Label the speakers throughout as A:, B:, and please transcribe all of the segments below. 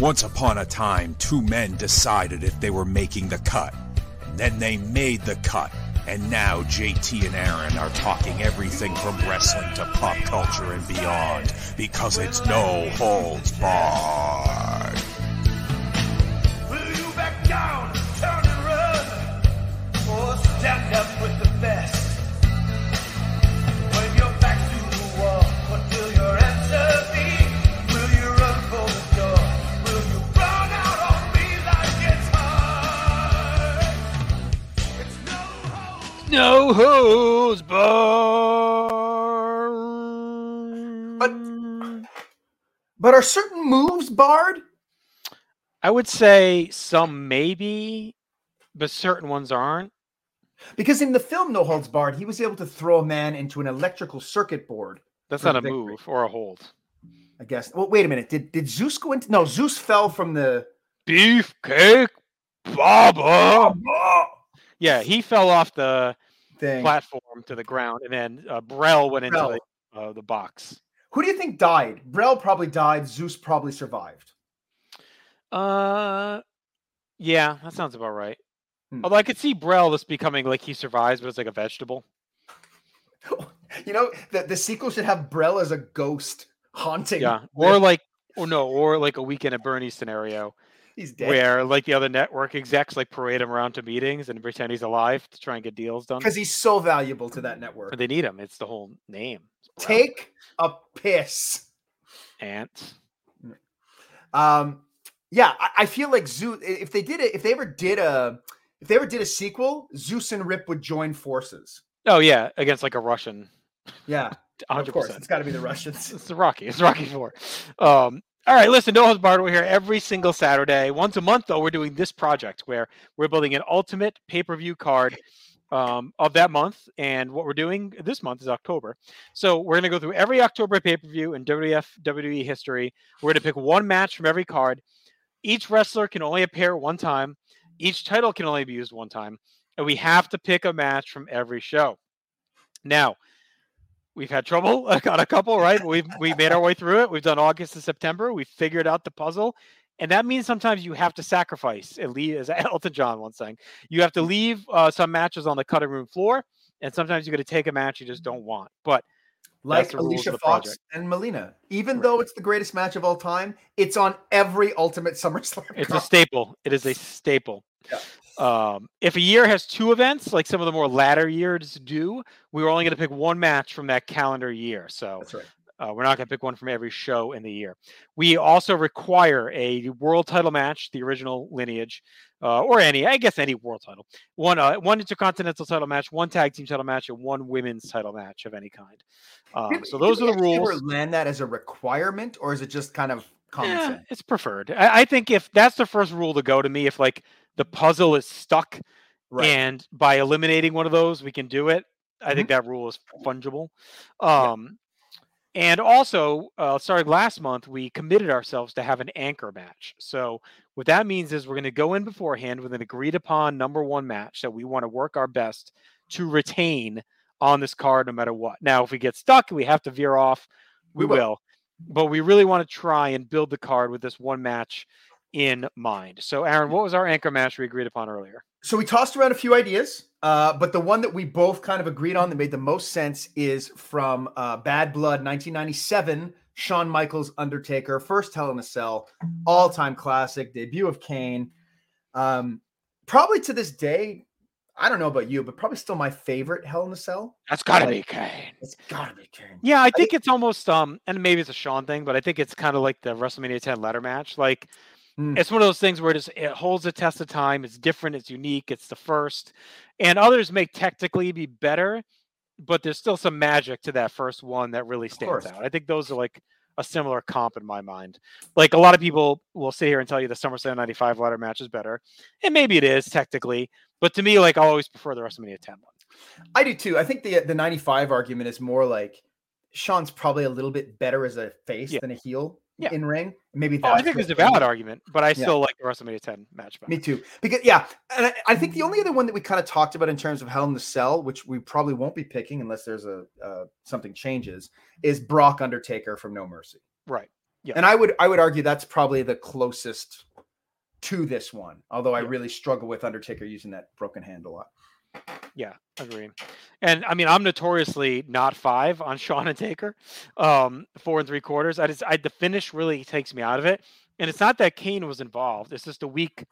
A: Once upon a time, two men decided if they were making the cut. Then they made the cut. And now JT and Aaron are talking everything from wrestling to pop culture and beyond because it's no holds barred.
B: Will you back down, turn and run, or stand up with the best? When your back to the wall, what will your answer be? Will you run for the door? Will you run out on me like it's hard? It's no hope.
C: No hose bar.
D: But- But are certain moves barred?
C: I would say some maybe, but certain ones aren't.
D: Because in the film No Holds Barred, he was able to throw a man into an electrical circuit board.
C: That's
D: For
C: not a
D: victory.
C: move or a hold.
D: I guess. Well, wait a minute. Did did Zeus go into? No, Zeus fell from the.
C: Beefcake Baba. Yeah, he fell off the
D: thing.
C: platform to the ground, and then uh, Brell went into
D: Brell.
C: the, uh, the box.
D: Who do you think died? Brell probably died. Zeus probably survived.
C: Uh, yeah, that sounds about right.
D: Hmm.
C: Although I could see Brell just becoming like he survives, but it's like a vegetable.
D: You know, the, the sequel should have Brell as a ghost haunting.
C: Yeah,
D: the-
C: or like, or no, or like a weekend at Bernie's scenario.
D: he's dead
C: where like the other network execs like parade him around to meetings and pretend he's alive to try and get deals done.
D: because he's so valuable to that
C: But
D: network.
C: they need him. It's the whole name.
D: Take a piss.
C: ants.
D: Um, yeah, I, I feel like Zeus. i- If they did it, if they ever did a, if they ever did a sequel, Zeus and Rip would join forces.
C: Oh yeah, against like a Russian.
D: Yeah, of
C: Hundred
D: course, it's
C: percent.
D: got to be the Russians.
C: It's the Rocky. It's Rocky Four. Um, all right, listen, No Holds Barred. We're here every single Saturday, once a month though. We're doing this project where we're building an ultimate pay-per-view card um, of that month, and what we're doing this month is October. So we're gonna go through every October pay-per-view in WWF WWE E history. We're gonna pick one match from every card. Each wrestler can only appear one time. Each title can only be used one time, and we have to pick a match from every show. Now, we've had trouble. I got a couple right. but We've we made our way through it. We've done August and September. We figured out the puzzle, and that means sometimes you have to sacrifice and leave. As Elton John once sang, you have to leave uh, some matches on the cutting room floor, and sometimes you're going to take a match you just don't want. But
D: Like
C: the rules
D: Alicia
C: of the
D: Fox
C: project.
D: and Melina. Even though it's the greatest match of all time, it's on every Ultimate SummerSlam.
C: It's a
D: card.
C: staple. It is a staple.
D: Yeah.
C: Um, if a year has two events, like some of the more latter years do, we were only going to pick one match from that calendar year. So
D: That's right.
C: uh, we're not going to pick one from every show in the year. We also require a world title match, the original lineage, uh, or any, I guess, any world title. One, uh, one intercontinental title match, one tag team title match, and one women's title match of any kind. Um,
D: Did-
C: so
D: did
C: those
D: we
C: are the
D: actually ever
C: rules.
D: Land that as a requirement, or is it just kind of common
C: Yeah,
D: sense?
C: Eh, It's preferred. I, I think if that's the first rule to go to me, if like the puzzle is stuck
D: Right.
C: and by eliminating one of those, we can do it. I think
D: Mm-hmm.
C: that rule is fungible. Um, And also, uh, starting last month, we committed ourselves to have an anchor match. So, what that means is we're going to go in beforehand with an agreed upon number one match that we want to work our best to retain on this card no matter what. Now, if we get stuck and we have to veer off, we,
D: We will.
C: will. But we really want to try and build the card with this one match in mind. So, Aaron, what was our anchor match we agreed upon earlier?
D: So we tossed around a few ideas, uh, but the one that we both kind of agreed on that made the most sense is from uh, Bad Blood 1997, Shawn Michaels Undertaker, first Hell in a Cell, all time classic, debut of Kane. Um, probably to this day, I don't know about you, but probably still my favorite Hell in a Cell.
C: That's got to
D: Like-
C: be Kane.
D: It's gotta be Kane.
C: Yeah, I
D: think-
C: think it's almost um, and maybe it's a Sean thing, but I think it's kind of like the WrestleMania 10 ladder match. Like,
D: Mm.
C: it's one of those things where it just it holds the test of time. It's different. It's unique. It's the first, and others may technically be better, but there's still some magic to that first one that really stands
D: course.
C: out. I think those are like a similar comp in my mind. Like a lot of people will sit here and tell you the SummerSlam '95 ladder match is better, and maybe it is technically, but to me, like I always prefer the WrestleMania 10 one.
D: I do too. I think the the 95 argument is more like Sean's probably a little bit better as a face
C: Yeah.
D: than a heel
C: Yeah.
D: in ring. Maybe that's
C: Oh, I think
D: what
C: it's a
D: Kane-
C: valid argument, but I
D: Yeah.
C: still like the WrestleMania 10 match better.
D: Me too. Because yeah, and I, I think the only other one that we kind of talked about in terms of Hell in the Cell, which we probably won't be picking unless there's a uh, something changes, is Brock Undertaker from No Mercy.
C: Right. Yeah.
D: And I would I would argue that's probably the closest to this one, although I
C: Yeah.
D: really struggle with Undertaker using that broken hand a lot.
C: Agree. And I mean, I'm notoriously not five on Sean and Taker, um, four and three quarters. I just, I, the finish really takes me out of it. And it's not that Kane was involved. It's just a weak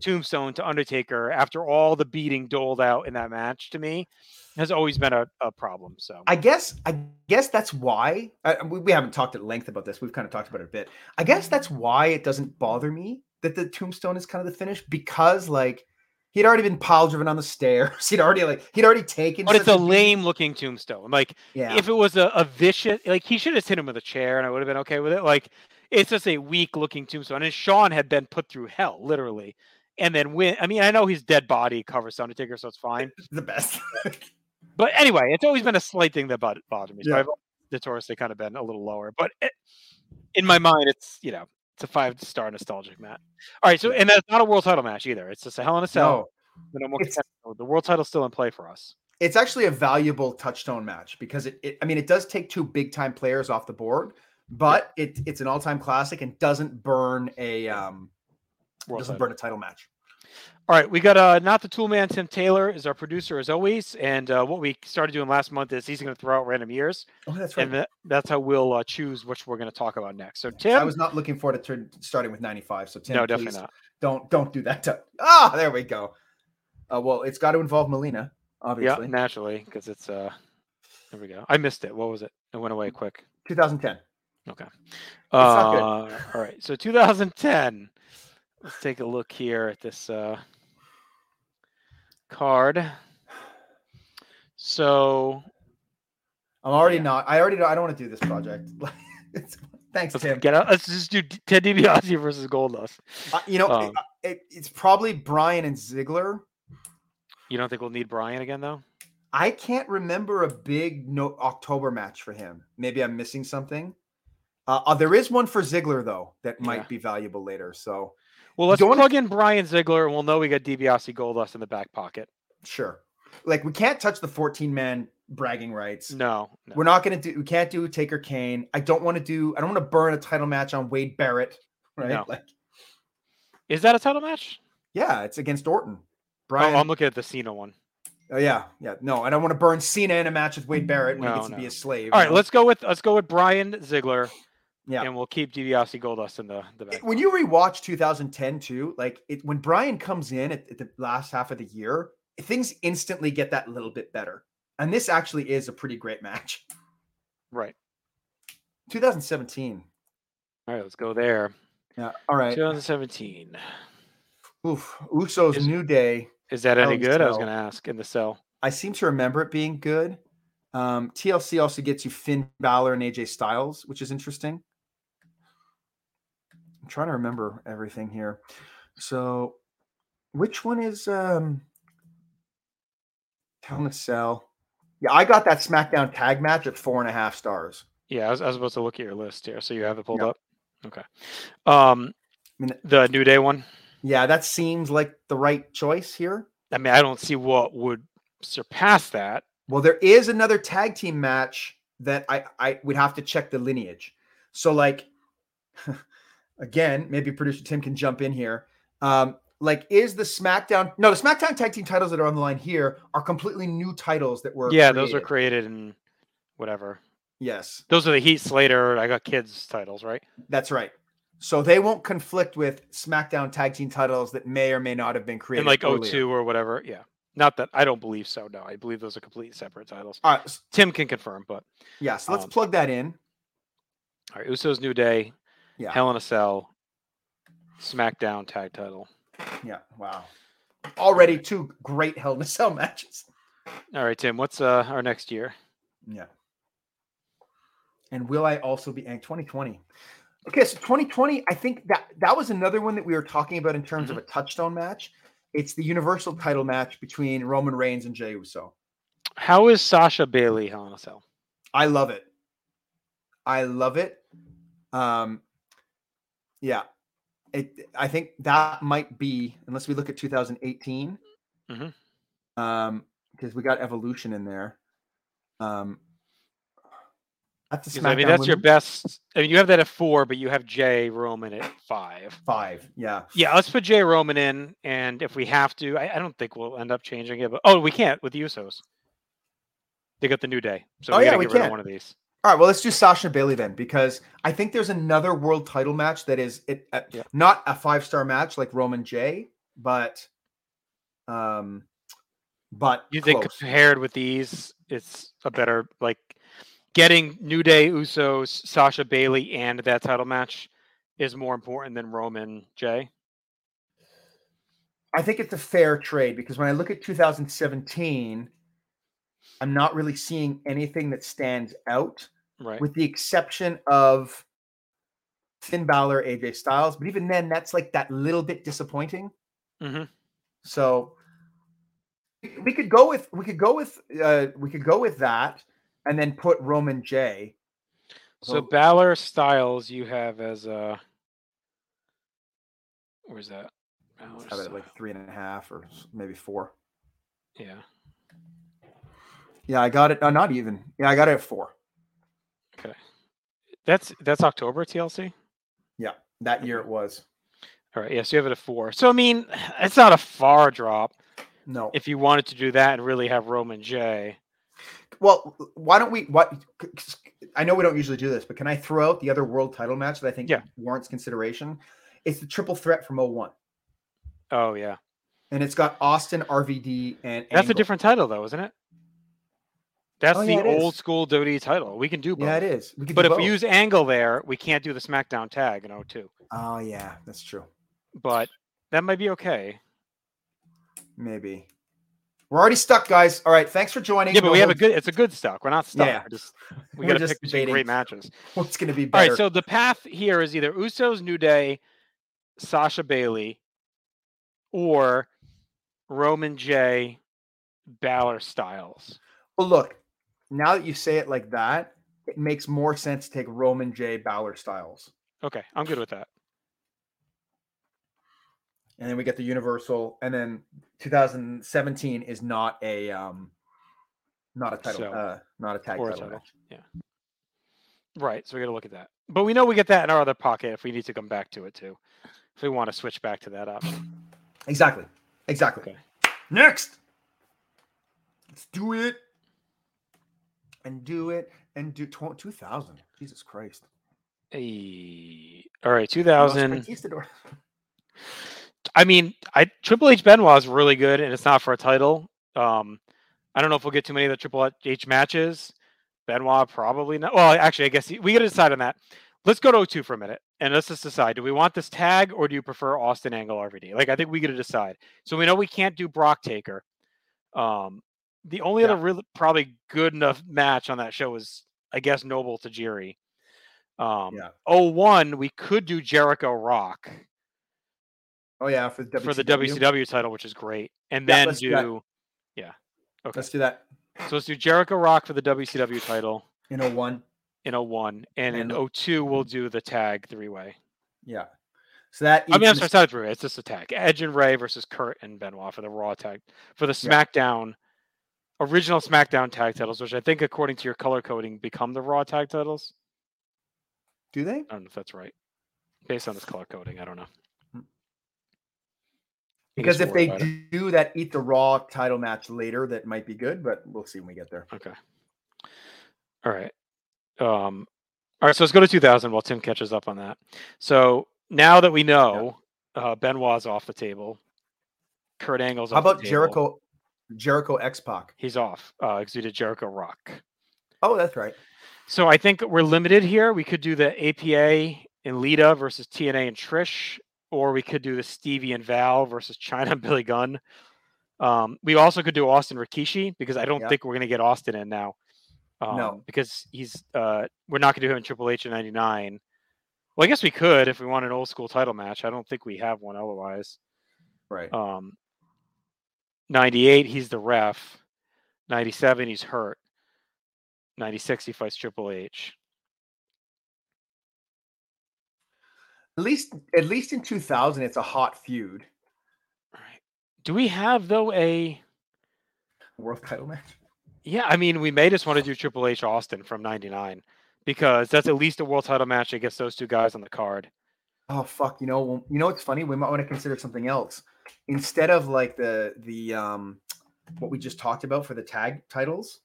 C: tombstone to Undertaker after all the beating doled out in that match to me has always been a, a problem. So
D: I guess I guess that's why I, we, we haven't talked at length about this. We've kind of talked about it a bit. I guess that's why it doesn't bother me that the tombstone is kind of the finish because like he'd already been pile driven on the stairs. He'd already like he'd already taken.
C: but it's
D: such
C: a lame looking tombstone. Like
D: yeah.
C: if it was a, a vicious like he should have just hit him with a chair and I would have been okay with it. Like it's just a weak looking tombstone. And Sean had been put through hell, literally. And then win I mean, I know his dead body covers Undertaker, so it's fine.
D: the best.
C: But anyway, it's always been a slight thing that bod- bothered me. So
D: Yeah.
C: I've notoriously kind of been a little lower. But it, in my mind, it's you know, it's a five star nostalgic match. All right, so and that's not a world title match either. It's just a hell in a cell.
D: no,
C: the no more
D: it's-
C: contender. the world title's still in play for us.
D: it's actually a valuable touchstone match because it, it I mean it does take two big time players off the board, but it it's an all time classic and doesn't burn a um
C: World
D: doesn't
C: title.
D: burn a title match.
C: All right, we got uh, not the tool man. Tim Taylor is our producer as always, and uh, what we started doing last month is he's going to throw out random years,
D: Oh, that's
C: and tha- that's how we'll uh, choose which we're going to talk about next. So Tim,
D: I was not looking forward to turn, starting with 95. So Tim,
C: no,
D: please,
C: definitely not.
D: Don't don't do that. To, ah, there we go. Uh, well, it's got to involve Melina,
C: Yeah,
D: obviously.
C: naturally, because it's uh, there we go. I missed it. What was it? It went away quick.
D: 2010.
C: Uh,
D: Mm. not good.
C: All right, so 2010. Let's take a look here at this uh, card. So
D: I'm already
C: Yeah.
D: not. I already. Don't, I don't want to do this project. It's- Thanks,
C: let's
D: Tim.
C: get out. Let's just do D- Ted DiBiase versus Goldust.
D: Uh, you know,
C: um,
D: it, it- it's probably Brian and Ziggler.
C: You don't think we'll need Brian again though?
D: I can't remember a big no October match for him. Maybe I'm missing something. Uh, uh, there is one for Ziggler though that might
C: Yeah.
D: be valuable later. So
C: Well, let's
D: Don't-
C: plug in Brian Ziegler, and we'll know we got DiBiase Goldust in the back pocket.
D: sure, like we can't touch the 14 man bragging rights.
C: No, no.
D: We're not gonna do. We can't do Taker Kane. I don't want to do. I don't want to burn a title match on Wade Barrett. Right?
C: No.
D: Like,
C: is that a title match?
D: yeah, it's against Orton.
C: Oh,
D: Brian.
C: I'm looking at the Cena one.
D: oh yeah, yeah. No, I don't want to burn Cena in a match with Wade Barrett when he
C: No,
D: gets to be
C: no.
D: a slave.
C: All
D: you
C: right,
D: know?
C: let's go with let's go with Brian Ziegler.
D: Yeah.
C: and we'll keep DiBiase Goldust in the the back.
D: It- When you rewatch 2010 too, like it when Brian comes in at, at the last half of the year, things instantly get that little bit better. And this actually is a pretty great match.
C: right.
D: 2017.
C: All right, let's go there.
D: Yeah. All right.
C: 2017.
D: Oof. Usos
C: Is-
D: New Day.
C: Is that any
D: Um,
C: good? I was
D: so-
C: going to ask in the cell.
D: I seem to remember it being good. Um, TLC also gets you Finn Balor and AJ Styles, which is interesting. I'm trying to remember everything here. So, which one is um, Hell in a Cell? Yeah, I got that SmackDown tag match at four and a half stars.
C: Yeah, I was, I was supposed to look at your list here, so you have it pulled
D: Yeah.
C: up. Okay. Um,
D: mean-
C: the New Day one.
D: Yeah, that seems like the right choice here.
C: I mean, I don't see what would surpass that.
D: Well, there is another tag team match that I I would have to check the lineage. So like again, maybe producer Tim can jump in here. Um like is the SmackDown No, the SmackDown tag team titles that are on the line here are completely new titles that were
C: yeah, those were created
D: created.
C: in whatever.
D: Yes,
C: Those are the Heat Slater. I got kids titles, right?
D: that's right. So they won't conflict with SmackDown tag team titles that may or may not have been created
C: in like
D: earlier.
C: 02 or whatever. Yeah. Not that I don't believe so. No, I believe those are complete separate titles.
D: All right, s-
C: Tim can confirm, but
D: yeah, so let's
C: Um,
D: plug that in.
C: all right. Usos New Day,
D: Yeah.
C: Hell in a Cell, SmackDown tag title.
D: Yeah, wow. Already two great Hell in a Cell matches.
C: All right, Tim, what's uh, our next year?
D: Yeah. And will I also be and 2020? Okay, so 2020, I think that that was another one that we were talking about in terms
C: Mm-hmm.
D: of a touchstone match. It's the universal title match between Roman Reigns and Jey Uso.
C: How is Sasha Bailey Hell in a Cell?
D: I love it. I love it. Um, yeah, it. I think that might be unless we look at 2018,
C: Mhm.
D: um, because we got evolution in there. Um, That's the
C: 'Cause, I mean,
D: SmackDown
C: that's your
D: women.
C: best. I mean, you have that at four, but you have Jay Roman at five.
D: five. Yeah.
C: Yeah, let's put Jay Roman in, and if we have to, I, I don't think we'll end up changing it. But oh, we can't with the Usos. They got the New Day, so
D: Oh,
C: we
D: yeah,
C: gotta
D: we
C: get rid of
D: can.
C: one of these.
D: All right, well, let's do Sasha and Bailey then, because I think there's another world title match that is it, uh,
C: Yeah.
D: not a five star match like Roman J, but, um, but
C: You think
D: close.
C: compared with these, it's a better like getting New Day, Usos, Sasha Bailey, and that title match is more important than Roman Jay.
D: I think it's a fair trade because when I look at 2017, I'm not really seeing anything that stands out,
C: Right.
D: with the exception of Finn Balor, AJ Styles. But even then, that's like that little bit disappointing.
C: hmm
D: So we- we could go with we could go with uh, we could go with that, and then put Roman J.
C: So
D: Well-
C: Balor Styles, you have as uh where's that? Balor
D: Let's have it at,
C: Styles.
D: like three and a half or s- maybe four.
C: yeah.
D: Yeah, I got it. Uh, not even. Yeah, I got it at four
C: That's that's October TLC.
D: that year. It was
C: All right. Yes, you have it at four. So I mean, it's not a far drop
D: no.
C: if you wanted to do that and really have Roman J.
D: well, why don't we? What I know we don't usually do this, but can I throw out the other world title match that I think
C: Yeah.
D: warrants consideration? It's the triple threat from 01.
C: Oh yeah,
D: and it's got Austin, RVD, and
C: that's a
D: Angle.
C: different title though, isn't it? That's
D: Oh,
C: the
D: yeah, it
C: old
D: is.
C: school WWE title. We can do both.
D: Yeah, it is. We could
C: But
D: do
C: if we
D: both.
C: use Angle there, we can't do the SmackDown tag in 02.
D: oh yeah, that's true.
C: But that might be okay.
D: Maybe. We're already stuck, guys. All right. Thanks for joining.
C: Yeah, but
D: No
C: we have a
D: holds-
C: good. It's a good stock. We're not stuck.
D: Yeah.
C: We're just we
D: We're
C: got to
D: just
C: pick between great
D: debating.
C: matches.
D: What's going to be
C: All
D: better?
C: right, so the path here is either Usos, New Day, Sasha Bailey, or Roman J, Balor Styles.
D: well, look, now that you say it like that, it makes more sense to take Roman J. Balor Styles,
C: Okay, I'm good with that.
D: and then we get the Universal, and then 2017 is not a um, not a title,
C: So-
D: uh, not a tag
C: or a
D: title.
C: title.
D: match.
C: Right, so we got to look at that. But we know we get that in our other pocket if we need to come back to it too. If we want to switch back to that option.
D: Exactly. Exactly.
C: Okay.
D: Next. Let's do it. And do it and do tw- 2000. Jesus Christ.
C: Hey, All right,
D: We lost
C: 2000.
D: Conquistador.
C: I mean, I Triple H Benoit is really good, and it's not for a title. Um, I don't know if we'll get too many of the Triple H matches. Benoit probably not. Well, actually, I guess he- we got to decide on that. Let's go to 02 for a minute, and let's just decide: do we want this tag, or do you prefer Austin Angle RVD? Like, I think we got to decide. So we know we can't do Brock Taker. Um, the only
D: Yeah.
C: other really probably good enough match on that show is, I guess, Noble Tajiri. Um,
D: Yeah.
C: 01, we could do Jericho Rock
D: Oh yeah, for the WCW.
C: for the WCW title, which is great. And
D: Yeah,
C: then
D: let's
C: do,
D: do that.
C: yeah. Okay.
D: Let's do that
C: So let's do Jericho Rock for the WCW title
D: in a one.
C: in 01. And in
D: And-
C: 02, we'll do the tag three way.
D: Yeah. So that
C: I mean, I'm
D: eats
C: sorry, it's not a three way. It's just a tag. Edge and Ray versus Kurt and Benoit for the Raw tag, for the
D: Yeah.
C: SmackDown, original SmackDown tag titles, which I think, according to your color coding, become the Raw tag titles.
D: do they?
C: I don't know if that's right. Based on this color coding, I don't know. I
D: Hmm.
C: guess
D: Because
C: we'll
D: if
C: worry
D: they
C: about it.
D: do that eat the raw title match later, that might be good, but we'll see when we get there.
C: Okay. All right. Um, all right. So let's go to 2000 while Tim catches up on that. So now that we know uh, Benoit's off the table, Kurt Angle's
D: How
C: off the
D: about
C: table,
D: Jericho Jericho X Pac?
C: He's off because we did Jericho Rock.
D: Oh, that's right.
C: So I think we're limited here. We could do the APA and Lita versus TNA and Trish, or we could do the Stevie and Val versus China and Billy Gunn. Um, we also could do Austin Rikishi because I don't
D: Yeah.
C: think we're going to get Austin in now. Um,
D: No.
C: because he's uh, we're not going to do him in Triple H in '99. Well, I guess we could if we want an old school title match. I don't think we have one otherwise.
D: Right.
C: Um, 98, he's the ref. 97, he's hurt. 96, he fights Triple H.
D: At least at least in 2000 it's a hot feud.
C: All right. Do we have though a
D: World title match.
C: yeah, I mean we may just want to do Triple H Austin from ninety nine because that's at least a world title match against those two guys on the card.
D: Oh fuck! You know, well, you know what's funny? We might want to consider something else instead of like the the um what we just talked about for the tag titles.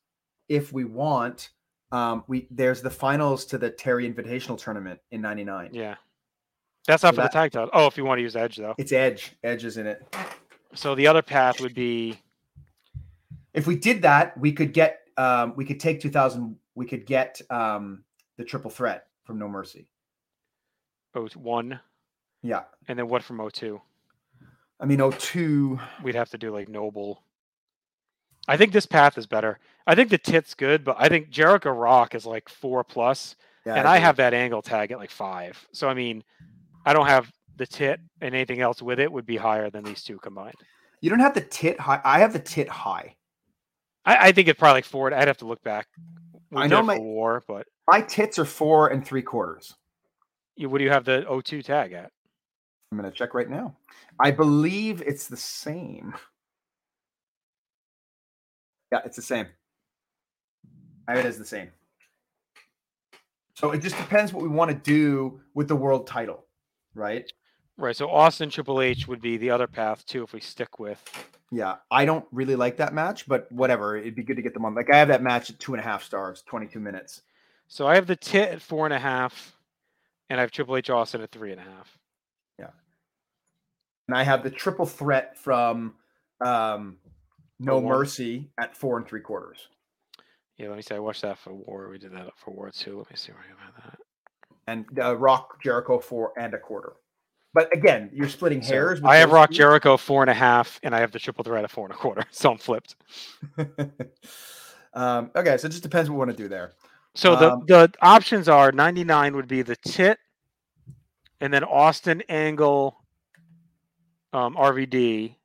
D: If we want, um, we there's the finals to the Terry Invitational tournament in '99.
C: Yeah. That's not
D: So
C: for
D: that-
C: the tag title. Oh, if you want to use Edge though.
D: It's Edge. Edge is in it.
C: So the other path would be
D: If we did that, we could get um, we could take 2000. We could get um, the triple threat from No Mercy.
C: O one,
D: Yeah,
C: and then what from O two?
D: I mean oh, 02.
C: We'd have to do like Noble. I think this path is better. I think the tit's good, but I think Jericho Rock is like four plus,
D: Yeah,
C: and I
D: agree.
C: have that angle tag at like five. So I mean, I don't have the tit and anything else with it would be higher than these two combined.
D: You don't have the tit high. I have the tit high.
C: I, I think it's probably like four. I'd have to look back. We
D: I
C: did
D: know
C: it
D: my-
C: for war, but
D: My tits are four and three quarters.
C: you, what do you have the O2 tag at?
D: I'm gonna check right now. I believe it's the same. Yeah, it's the same. I have it as the same. So it just depends what we want to do with the world title, right?
C: Right. So Austin Triple H would be the other path too if we stick with.
D: Yeah, I don't really like that match, but whatever. It'd be good to get them on. Like I have that match at two and a half stars, twenty-two minutes.
C: So I have the tit at four and a half, and I have Triple H Austin at three and a half.
D: and I have the triple threat from um, No
C: War.
D: Mercy at four and three quarters.
C: Yeah, let me see. I watched that for War. We did that for War too. Let me see where I have that.
D: and uh, Rock Jericho four and a quarter. But again, you're splitting
C: So
D: hairs. with
C: I have
D: those
C: Rock
D: two.
C: Jericho four and a half, and I have the triple threat at four and a quarter. So I'm flipped.
D: um, okay, so it just depends what we want to do there.
C: So the
D: Um,
C: the options are 99 would be the tit, and then Austin Angle, um, RVD,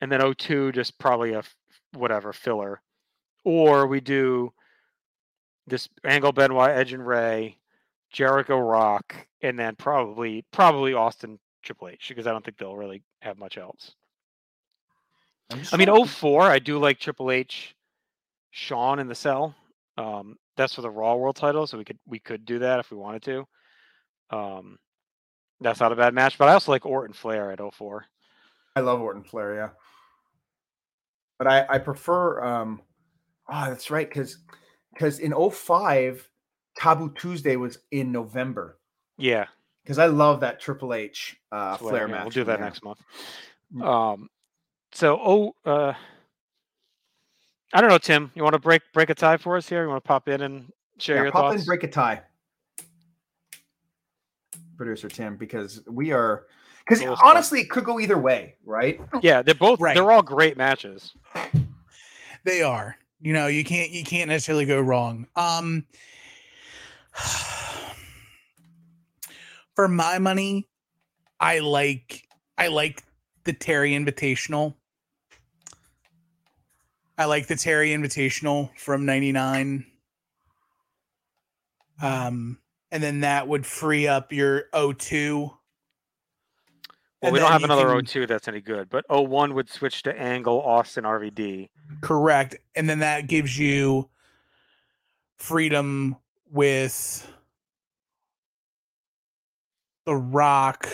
C: and then O2 just probably a f- whatever filler, or we do this Angle Benoit Edge and Ray, Jericho Rock, and then probably probably Austin Triple H because I don't think they'll really have much else.
D: I'm just
C: I mean,
D: trying to
C: 04, I do like Triple H, Sean in the cell. Um, that's for the Raw World title, so we could we could do that if we wanted to. Um, that's not a bad match, but I also like Orton Flair at 04.
D: think- I love Orton Flair, yeah. But I, I prefer. Um, ah, that's right, because because in 05, Taboo Tuesday was in November.
C: Yeah,
D: Because I love that Triple H uh,
C: Flair,
D: Flair
C: yeah,
D: match.
C: We'll do
D: from
C: that
D: there.
C: next month.
D: Mm.
C: Um, so oh, uh, I don't know, Tim. You want to break break a tie for us here? You want to pop in and share
D: Yeah,
C: your
D: pop
C: thoughts?
D: in, break a tie, producer Tim, because we are because
C: Little stuff.
D: honestly, it could go either way, right?
C: Yeah, they're both
E: Right.
C: they're all great matches.
E: They are. You know, you can't you can't necessarily go wrong. Um for my money, I like I like the Terry Invitational. I like the Terry Invitational from 99. Um and then that would free up your O2.
C: Well,
E: And
C: we don't
E: then
C: have
E: you
C: another
E: can-
C: O2 that's any good, but O1 would switch to Angle, Austin, RVD.
E: Correct. And then that gives you freedom with The Rock,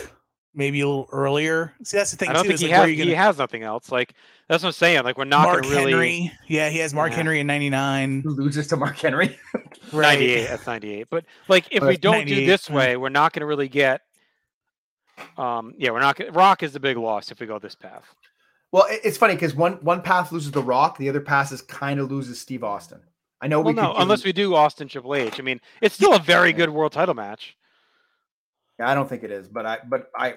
E: maybe a little earlier. See, that's the thing.
C: I don't
E: too,
C: think
E: is,
C: he
E: like, where
C: has
E: are you
C: he
E: gonna-
C: has nothing else. Like that's what I'm saying. Like we're not
E: Mark
C: gonna really
E: Henry. Yeah, he has Mark
C: Yeah.
E: Henry in 99.
D: Who loses to Mark Henry?
C: 98. That's 98. But like if
E: Oh,
C: we
E: that's
C: don't do
E: 98,
C: this
E: mm.
C: way, we're not gonna really get. Um. Yeah, we're not. gonna Rock is the big loss if we go this path.
D: Well, it- it's funny because one one path loses The Rock, the other path is kind of loses Steve Austin. I know
C: Well,
D: we
C: no,
D: could
C: unless
D: do-
C: we do Austin Triple H. I mean, it's still a very good world title match.
D: I don't think it is, but I but I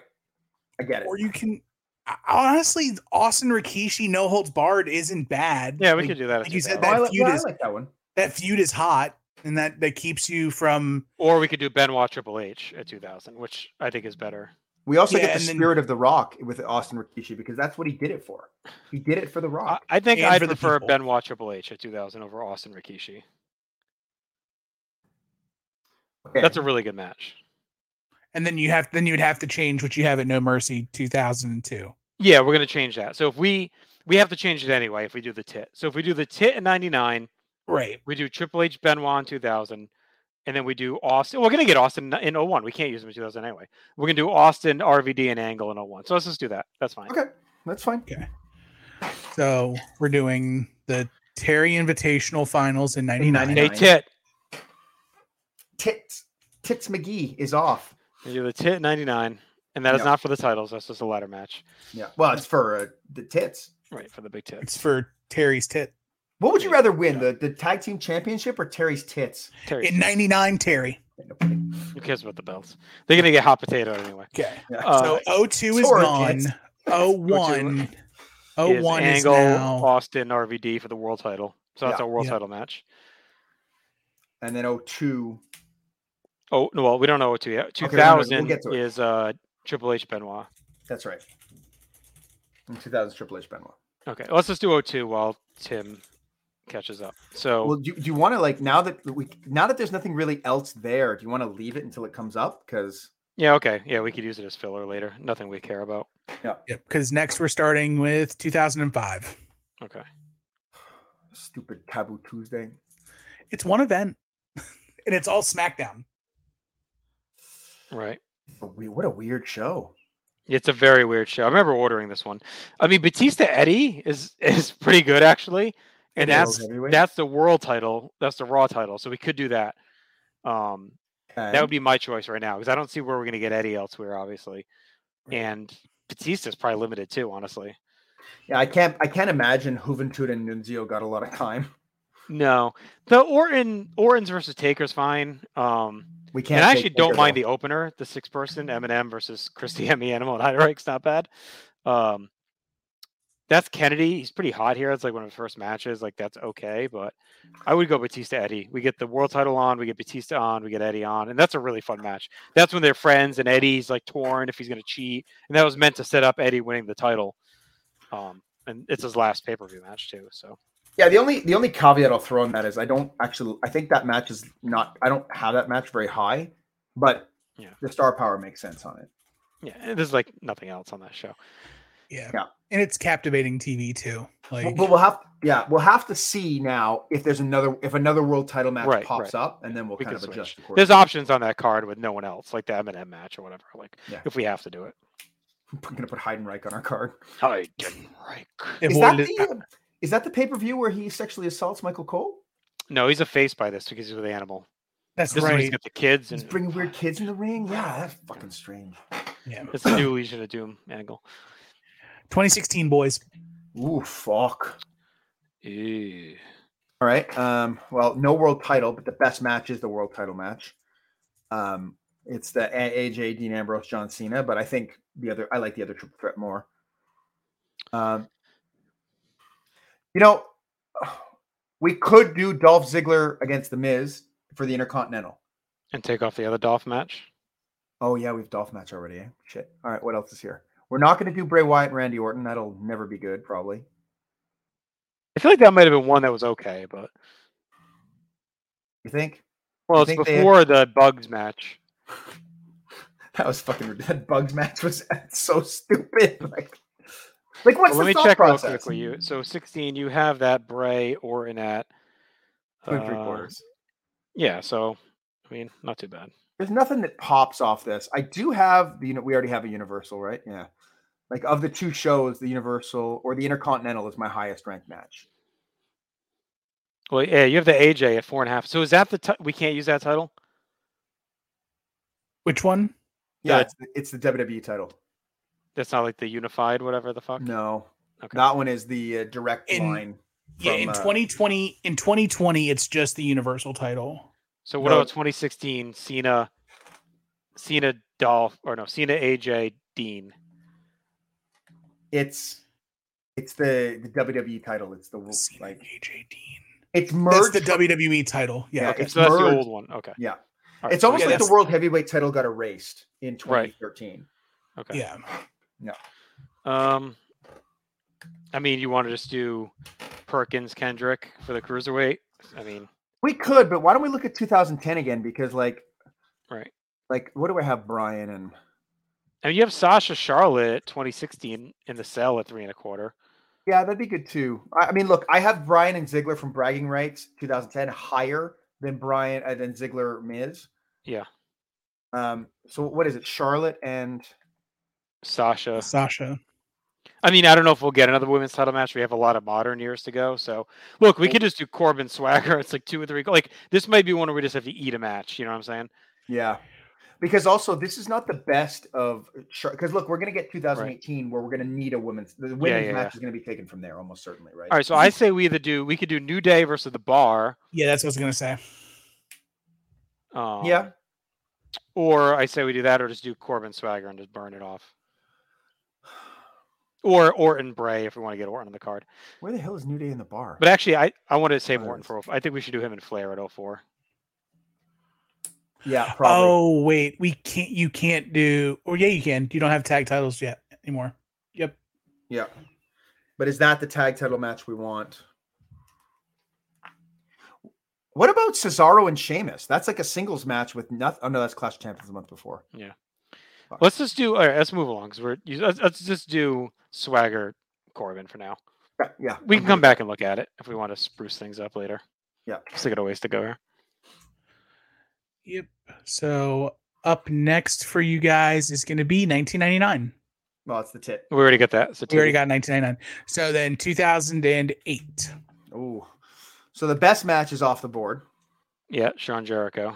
D: I get it.
E: Or you can I- honestly, Austin Rikishi, no holds barred, isn't bad.
C: Yeah, we
E: Like,
C: could do that. as
E: like
C: two
E: you said,
D: Oh, I,
E: that
C: paths.
D: like,
E: feud
D: yeah, I
E: is-
D: like that one.
E: that feud is hot, and that that keeps you from
C: Or we could do Benoit Triple H at 2000, which I think is better.
D: We also
E: Yeah,
D: get the
E: and then-
D: spirit of The Rock with Austin Rikishi because that's what he did it for. He did it for The
C: I,
E: Uh,
D: Rock.
C: I think
E: And
C: I
E: for the
C: prefer
E: people.
C: Benoit Triple H at 2000 over Austin Rikishi.
D: Okay.
C: That's a really good match.
E: and then you have then you'd have to change what you have at No Mercy 2002.
C: Yeah, we're gonna change that. So if we we have to change it anyway if we do the tit. So if we do the tit in '99,
E: Right.
C: we do Triple H Benoit in 2000, and then we do Austin. We're gonna get Austin in 01. We can't use him in 2000 anyway. We're gonna do Austin, RVD, and Angle in 01. So let's just do that. That's fine.
D: Okay. That's fine.
E: So we're doing the Terry Invitational Finals in
D: In
E: '99.
C: Hey
D: 99.
C: Tit,
D: Tits Tits McGee is off.
C: we do the Tit 99, and that is
D: Yeah.
C: not for the titles. That's just a ladder match,
D: Yeah. Well, it's for uh, the tits.
C: right? For the big tits.
E: It's for Terry's tit
D: What would you rather win, the, the tag team championship or Terry's tits?
C: Terry,
E: in '99. Terry.
C: who cares about the belts? They're gonna get hot potato anyway.
E: Okay.
C: Uh,
E: So 02 is
D: Sorry,
E: gone.
D: kids.
E: 01.
C: is
E: 01 is
C: Angle,
E: now.
C: Austin, RVD for the world title. So that's
D: Yeah,
C: our world
E: yeah.
C: title match.
D: And then oh two.
C: Oh no, well we don't know what to yet.
D: Okay, no, no, we'll
C: 2000
D: get to it.
C: is uh, Triple H Benoit.
D: That's right. In 2000, Triple H Benoit.
C: Okay, let's just do 02 while Tim catches up.
E: Oh.
C: So
D: Well, do, do you want to like now that we now that there's nothing really else there? Do you want to leave it until it comes up? Because
C: yeah, okay, yeah, we could use it as filler later. Nothing we care about.
E: Yep. Because next we're starting with 2005.
C: Okay,
D: stupid Taboo Tuesday.
E: It's one event, and it's all SmackDown.
C: right.
D: A we- What a weird show.
C: It's a very weird show. I remember ordering this one. I mean, Batista Eddie is is pretty good actually, and
E: It is.
C: that's
D: Heavyweight?
C: that's the world title. That's the Raw title. So we could do that. Um, That would be my choice right now because I don't see where we're going to get Eddie elsewhere, obviously. And Batista's probably limited too, honestly.
D: yeah, I can't I can't imagine Juventud and Nunzio got a lot of time.
C: No, the Orton Orton's versus Taker's fine. Um,
D: We can't.
C: and I
D: take
C: actually don't
D: Taker,
C: mind
D: though.
C: the opener, the six person Eminem versus Christy Hemme Animal and Heidereich's not bad. Um, that's Kennedy. He's pretty hot here. It's like one of his first matches. Like that's okay, but I would go Batista Eddie. We get the world title on, we get Batista on, we get Eddie on, and that's a really fun match. That's when they're friends and Eddie's like torn if he's going to cheat, and that was meant to set up Eddie winning the title. Um, and it's his last pay per view match too. So
D: Yeah, the only the only caveat I'll throw on that is I don't actually I think that match is not I don't have that match very high, but
C: Yeah.
D: the star power makes sense on it.
C: yeah, there's like nothing else on that show.
E: Yeah.
D: Yeah.
E: And it's captivating TV too. Like
D: But- but we'll have yeah we'll have to see now if there's another if another world title match
C: Right,
D: pops
C: right.
D: up and then we'll
C: We
D: kind of
C: can
D: adjust. accordingly.
C: There's options on that card with no one else, like the Eminem match or whatever. Like
D: Yeah.
C: if we have to do it.
D: I'm gonna put Heidenreich on our card.
E: if
D: Is that,
E: Orton-
D: the, uh, is that the pay per view where he sexually assaults Michael Cole?
C: No, he's a face by this because he's with Animal.
E: that's
C: This one's
E: right.
C: got the kids
D: He's
C: and
D: bringing weird kids in the ring. Yeah, that's fucking strange.
E: Yeah.
C: it's the new Legion of Doom angle.
E: 2016 boys.
D: Ooh, fuck.
C: Ew.
D: All right. Um. Well, no world title, but the best match is the world title match. Um. It's the A- AJ, Dean Ambrose, John Cena, but I think the other I like the other triple threat more. Um. You know, we could do Dolph Ziggler against The Miz for the Intercontinental.
C: And take off the other Dolph match.
D: Oh yeah, we've Dolph match already. Eh? Shit. All right, what else is here? We're not going to do Bray Wyatt and Randy Orton. That'll never be good, probably.
C: I feel like that might have been one that was okay, but
D: You think?
C: well,
D: I
C: it's
D: think they-
C: before the Bugs match.
D: That was fucking rid- that Bugs match was so stupid. Like, like
C: But let
D: what's the
C: me
D: thought
C: check real
D: process?
C: quickly. You so 16, you have that Bray Orton at
D: Two and three
C: uh,
D: quarters.
C: Yeah, so I mean, not too bad.
D: There's nothing that pops off this. I do have the you know we already have a Universal, right? Yeah. Like of the two shows, the Universal or the Intercontinental is my highest ranked match.
C: Well, yeah, you have the AJ at four and a half. So is that the ti- we can't use that title?
E: Which one?
D: Yeah,
C: Yeah.
D: it's the, it's the WWE title.
C: That's not like the unified, whatever the fuck.
D: No,
C: Okay.
D: that one is the uh, direct
E: In-
D: line.
E: Yeah,
D: from,
E: in
D: uh,
E: 2020 in 2020 it's just the universal title.
C: So what
D: No.
C: about 2016 Cena, Cena Dolph or no Cena AJ Dean?
D: It's it's the, the WWE title. It's the wo-
E: Cena,
D: like
E: AJ Dean.
D: it's
E: That's
D: merged.
E: the WWE title. Yeah.
D: Yeah,
E: okay.
D: It's
C: so that's
D: merged.
C: the old one. Okay.
D: yeah,
C: All right,
D: it's
C: so
D: almost
E: yeah,
C: we
D: like
C: got
D: the
E: that's-
D: world heavyweight title got erased in
C: Right.
D: 2013.
C: that- okay.
E: Yeah.
C: Um, I mean, you want to just do Perkins Kendrick for the cruiserweight? I mean,
D: We could, but why don't we look at 2010 again? Because like
C: right.
D: like what do I have Brian and
C: I mean, you have Sasha Charlotte 2016 in the cell at three and a quarter.
D: yeah, that'd be good too. I, I mean, look, I have Brian and Ziggler from Bragging Rights 2010 higher then Bryant, and then Ziggler, Miz.
C: Yeah.
D: Um, so what is it? Charlotte and
C: Sasha.
E: Sasha.
C: I mean, I don't know if we'll get another women's title match. We have a lot of modern years to go. So, look, we could just do Corbin Swagger. It's like two or three. Like this might be one where we just have to eat a match. You know what I'm saying?
D: yeah, because also this is not the best of because look, we're gonna get 2018 where we're gonna need a women's the women's
C: yeah,
D: match
C: yeah.
D: is gonna be taken from there almost certainly, right?
C: All right. So I say we either do we could do New Day versus the Bar.
E: Yeah, that's what I was gonna say.
C: Um,
D: Yeah.
C: Or I say we do that, or just do Corbin Swagger and just burn it off. Or Orton Bray if we want to get Orton on the card.
D: Where the hell is New Day in the bar?
C: But actually, I I want to save
D: Oh,
C: Orton for. I think we should do him and Flair at 04.
D: yeah, probably.
E: Oh wait, we can't. You can't do. Or yeah, you can. You don't have tag titles yet anymore. Yep.
D: Yeah. But is that the tag title match we want? What about Cesaro and Sheamus? That's like a singles match with nothing. Oh no, that's Clash of Champions the month before.
C: Let's just do. All right, let's move along because we're. you- Let's, let's just do Swagger Corbin for now.
D: Yeah, yeah.
C: We can come back and look at it if we want to spruce things up later.
D: Mm-hmm. Yeah.
C: Still got a ways to go here.
E: Yep. So up next for you guys is gonna be 1999.
D: Well, it's the tit.
C: We already got that. So
E: We already
C: TD.
E: got 1999. So then 2008.
D: Oh, so the best match is off the board.
C: Yeah, Sean Jericho.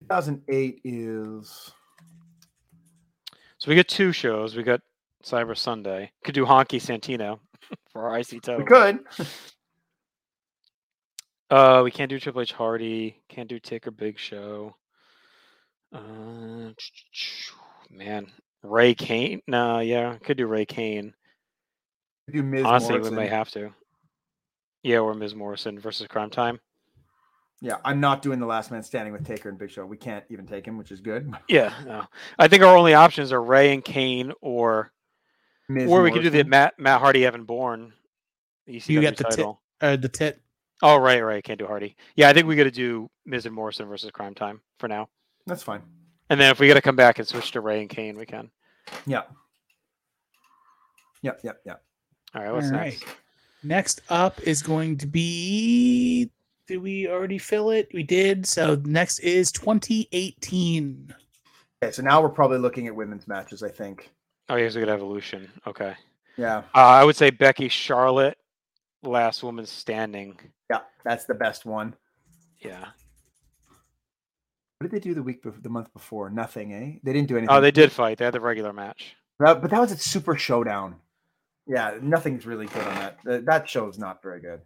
D: 2008 is
C: So we got two shows. We got Cyber Sunday. Could do Honky Santino for our IC title.
D: we
C: match.
D: could.
C: Uh, we can't do Triple H Hardy. Can't do Tick or Big Show. Uh, man, Ray Kane. Nah, yeah, could do Ray Kane.
D: Do Miz
C: Honestly,
D: Morrison.
C: we may have to. Yeah, or Ms. Morrison versus Crime Time.
D: Yeah, I'm not doing the last man standing with Taker and Big Show. We can't even take him, which is good.
C: Yeah, no. I think our only options are Ray and Kane, or
D: Miz
C: or we could do the
D: Morrison.
C: Matt Matt Hardy Evan Bourne. the ECW
E: got the tit-
C: title.
E: Uh, the tit.
C: oh right, right. Can't do Hardy. Yeah, I think we got to do Ms. and Morrison versus Crime Time for now,
D: That's fine.
C: and then if we got to come back and switch to Ray and Kane, we can.
D: Yeah. Yep. Yep. Yep.
C: All right, what's
E: All right.
C: next?
E: Next up is going to be. Did we already fill it? We did. So next is 2018.
D: Okay, so now we're probably looking at women's matches. I think.
C: Oh, here's a good evolution. Okay.
D: Yeah.
C: Uh, I would say Becky Charlotte, last woman standing.
D: Yeah, that's the best one.
C: Yeah.
D: What did they do the week, bef- the month before? Nothing, eh? They didn't do anything.
C: Oh, they did fight. They had the regular match.
D: That- but that was at Super Showdown. Yeah, nothing's really good on that. Th- That show is not very good.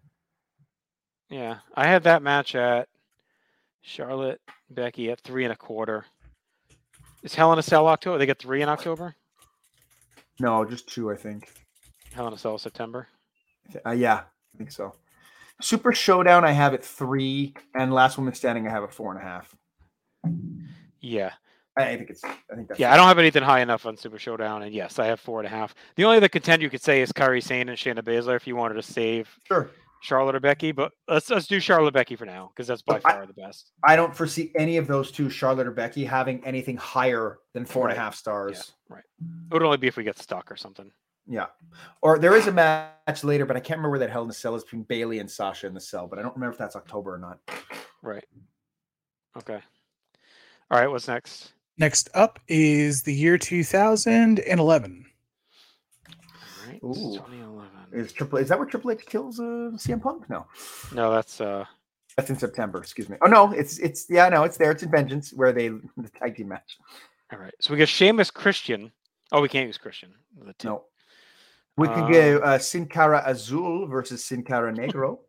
C: Yeah. I had that match at Charlotte, Becky at three and a quarter. Is Hell in a Cell October? They get three in October?
D: No, just two, I think.
C: Hell in a Cell is September.
D: Uh, yeah, I think so. Super Showdown, I have at three, and Last Woman Standing, I have at four and a half.
C: Yeah.
D: I, I think it's. I think that's.
C: Yeah. I don't have anything high enough on Super Showdown. And yes, I have four and a half. The only other contender you could say is Kyrie Sane and Shayna Baszler if you wanted to save
D: sure.
C: Charlotte or Becky. But let's, let's do Charlotte Becky for now because that's by
D: Look, I-
C: far the best.
D: I don't foresee any of those two, Charlotte or Becky, having anything higher than four and a
C: Right.
D: half stars.
C: It would only be if we get stuck or something.
D: Yeah. Or there is a match later, but I can't remember where that Hell in the Cell is between Bailey and Sasha in the Cell, but I don't remember if that's October or not.
C: Right. Okay. All right. What's next?
E: Next up is the year 2011.
C: All right.
D: Ooh.
C: 2011.
D: Is Triple is that where Triple H kills uh, CM Punk? No,
C: No, that's uh.
D: that's in September. Excuse me. Oh no, it's it's yeah no, it's there. It's in Vengeance where they the tag team match.
C: All right. So we get Seamus Christian. Oh, we can't use Christian. The two.
D: No, we can
C: Uh,
D: go uh, Sin Cara Azul versus Sin Cara Negro.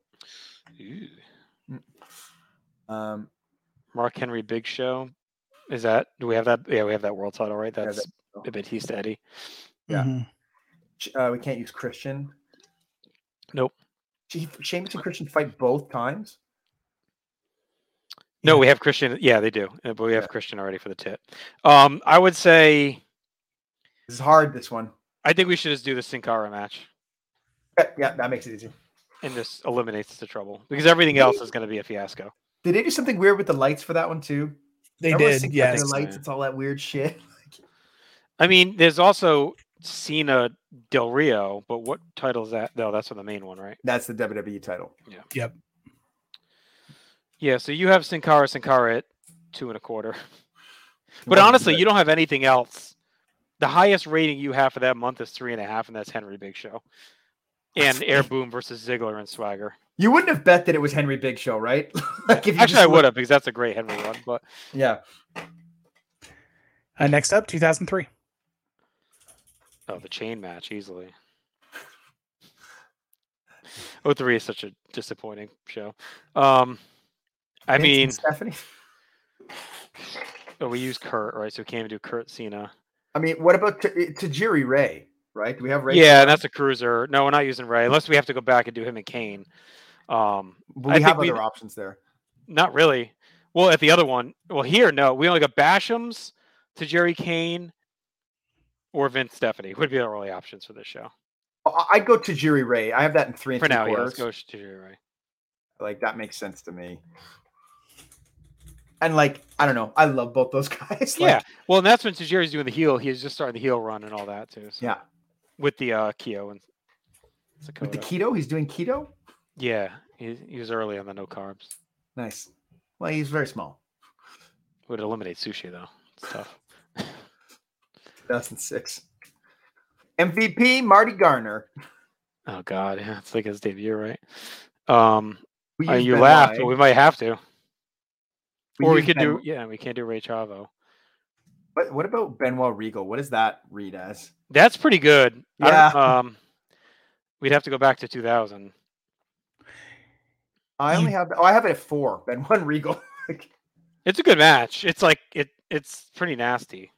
C: Ooh.
D: Um,
C: Mark Henry Big Show. Is that? Do we have that? Yeah, we have that world title, right?
D: Yeah, that-
C: That's a bit he's steady.
D: Yeah.
E: Mhm.
D: Ch- uh, we can't use Christian.
C: Nope.
D: Gee, Sheamus and Christian fight both times.
C: No,
E: Yeah.
C: we have Christian. Yeah, they do. uh, But we have
D: Yeah.
C: Christian already for the tit. Um, I would say
D: This is hard. This one.
C: I think we should just do the Sin Cara match,
D: Yeah, yeah, that makes it easy.
C: and this eliminates the trouble because everything else is going to be a fiasco.
D: Did they do something weird with the lights for that one too?
E: They
D: Remember
E: did.
D: Sync with
E: Yes.
D: The lights,
C: Yeah.
D: it's all that weird shit.
C: I mean, there's also Cena Del Rio, but what title is that? No, that's for the main one, right?
D: That's the WWE title.
E: Yep.
C: Yeah, so you have Sin Cara, Sin Cara at two and a quarter. But honestly, you don't have anything else. The highest rating you have for that month is three and a half, and that's Henry Big Show. And Air Boom versus Ziggler and Swagger.
D: You wouldn't have bet that it was Henry Big Show, right? like if you
C: Actually, I
D: just
C: would have because that's a great Henry one. But
D: look- Yeah.
E: Uh, next up, 2003.
C: oh, the chain match easily. O Oh, three is such a disappointing show. Um, I
D: Vince and
C: mean,
D: Stephanie.
C: oh, we use Kurt, right? So we can't even do Kurt Cena.
D: I mean, what about T- eh, Tajiri Ray? Right? Do we have Ray?
C: Yeah, and that's a cruiser. No, we're not using Ray unless we have to go back and do him and Kane. Um,
D: But
C: I
D: we
C: think
D: have
C: we-
D: other options there.
C: not really. Well, at the other one, well, here no, we only got Bashams to Jerry Kane or Vince Stephanie would be our only options for this show
D: I- I'd go Tajiri Ray. I have that in three and
C: for
D: three
C: now. Yeah,
D: quarters.
C: let's go to Jerry Ray.
D: Like that makes sense to me. And like, I don't know. I love both those guys. like,
C: yeah, well, and that's when Tajiri's doing the heel. He's just starting the heel run and all that too. so-
D: Yeah.
C: with the uh Keo and
D: With the
C: Sakota.
D: keto, he's doing keto.
C: yeah, he, he was early on the no carbs.
D: Nice. Well, he's very small.
C: Would eliminate sushi though. It's tough.
D: 2006. MVP Marty Garner.
C: Oh God, yeah, it's like his debut, right? Um,
D: We
C: uh,
D: used
C: you
D: Benoit.
C: laugh, but we might have to, or we
D: used
C: could do.
D: Ben-
C: Yeah, we can't do Ray Chavo.
D: What, what about Benoit Regal? What does that read as?
C: That's pretty good. I don't-
D: Yeah.
C: um, we'd have to go back to 2000.
D: I
E: You-
D: only have. Oh, I have it at four. Benoit Regal. Like,
C: It's a good match. It's like it. It's pretty nasty.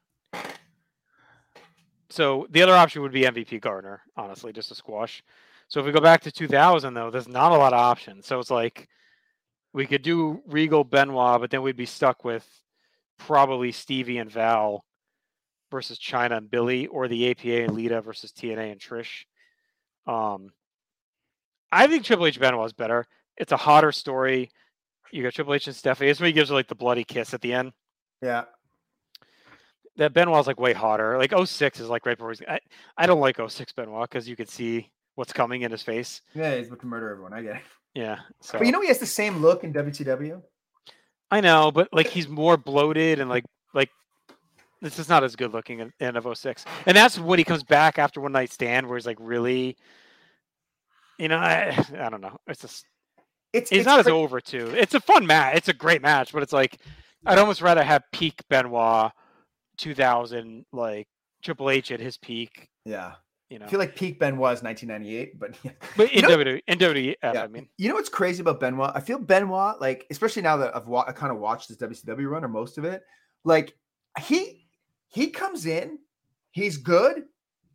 C: So the other option would be MVP Gardner, honestly, just a squash. So if we go back to 2000, though, there's not a lot of options. So it's like we could do Regal Benoit, but then we'd be stuck with probably Stevie and Val versus China and Billy, or the APA and Lita versus TNA and Trish. Um, I think Triple H Benoit is better. It's a hotter story. You got Triple H and Stephanie. That's when he gives her like the bloody kiss at the end.
D: yeah.
C: That Benoit's like way hotter. Like 06 is like right before he's. I, I don't like 06 Benoit because you can see what's coming in his face.
D: Yeah, he's about to murder everyone. I get it.
C: Yeah. So
D: But you know, he has the same look in WCW.
C: I know, but like he's more bloated and like like this is not as good looking in, in of 06. And that's when he comes back after one night stand where he's like really. You know, I, I don't know. It's just
D: It's,
C: it's,
D: it's
C: not as
D: pretty-
C: over too. It's a fun match. It's a great match, but it's like I'd almost rather have peak Benoit 2000 like Triple H at his peak,
D: Yeah.
C: you know.
D: I feel like peak Ben was 1998, but yeah.
C: but
D: you
C: in
D: know-
C: WWE, in WWF,
D: Yeah.
C: E I mean,
D: you know what's crazy about Benoit? I feel Benoit, like especially now that I've wa- I kind of watched this WCW run or most of it, like he he comes in, he's good.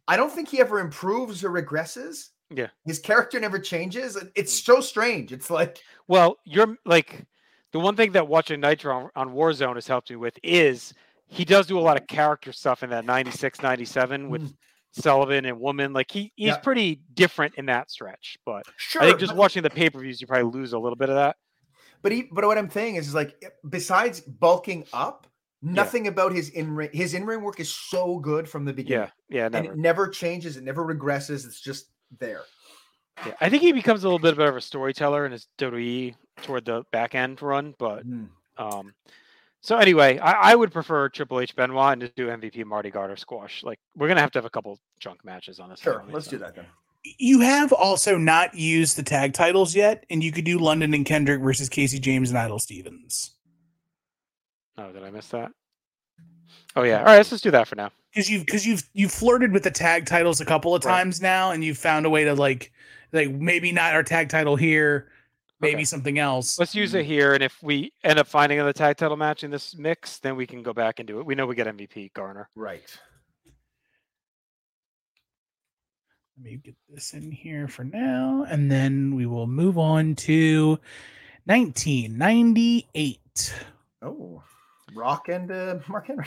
D: I don't think he ever improves or regresses.
C: Yeah.
D: his character never changes. and It's so strange. It's like
C: well, you're like the one thing that watching Nitro on, on Warzone has helped me with is he does do a lot of character stuff in that 96 97 with Sullivan and Woman. Like he he's
D: Mm. Yeah.
C: pretty different in that stretch, but
D: sure,
C: I think just
D: but-
C: watching the pay-per-views you probably lose a little bit of that.
D: But he, but what I'm saying is, is like e, besides bulking up, nothing about his in ring his in ring work is so good from the
C: Yeah.
D: beginning.
C: Yeah,
D: and
C: never.
D: it never changes. It never regresses. It's just there.
C: Yeah, I think he becomes a little bit better of a storyteller in his WWE toward the back end run, but
D: Mm.
C: um so anyway, I, I would prefer Triple H Benoit and just do MVP Marty Garter squash. Like we're gonna have to have a couple junk matches on this.
D: Sure,
C: finally,
D: let's
C: so-
D: do that then.
E: You have also not used the tag titles yet, and you could do London and Kendrick versus Casey James and Idol Stevens.
C: Oh, did I miss that? Oh yeah. All right, let's just do that for now.
E: because you've because you've you flirted with the tag titles a couple of
D: Right.
E: times now, and you've found a way to like like maybe not our tag title here, maybe
C: Okay.
E: something else.
C: Let's use it
D: Mm-hmm.
C: here, and if we end up finding another tag title match in this mix, then we can go back and do it. We know we get MVP Garner.
D: Right.
E: Let me get this in here for now, and then we will move on to 1998.
D: Oh, Rock and uh, Mark Henry.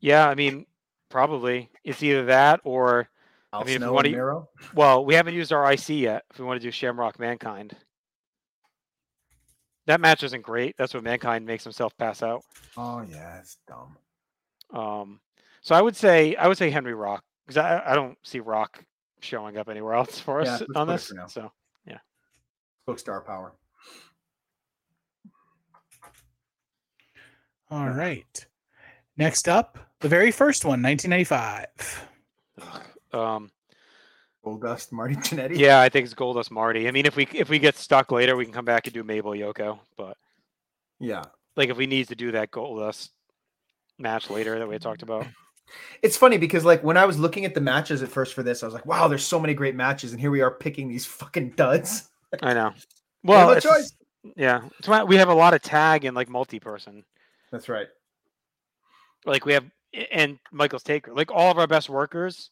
C: Yeah, I mean, probably it's either that or
D: Al
C: mean, if you
D: Snow
C: wanna-
D: and Miro.
C: Well, we haven't used our IC yet. If we want to do Shamrock Mankind, that match isn't great. That's what Mankind makes himself pass out.
D: Oh yeah, it's dumb.
C: Um, so I would say I would say Henry Rock because I, I don't see Rock showing up anywhere else for
D: Yeah,
C: us
D: let's
C: on
D: put it
C: this.
D: for now.
C: So
D: Book star power.
E: All right. Next up, the very first one, 1995.
C: Um,
D: Goldust, Marty Jannetty.
C: yeah, I think it's Goldust Marty. I mean, if we if we get stuck later, we can come back and do Mabel Yoko. But
D: yeah.
C: like, if we need to do that Goldust match later that we had talked about,
D: It's funny because like when I was looking at the matches at first for this, I was like, wow, there's so many great matches, and here we are picking these fucking duds.
C: I know.
D: We have
C: Well,
D: no
C: it's just-
D: choice.
C: yeah, it's why we have a lot of tag and like multi-person.
D: That's right.
C: like we have and Michael's Taker, like all of our best workers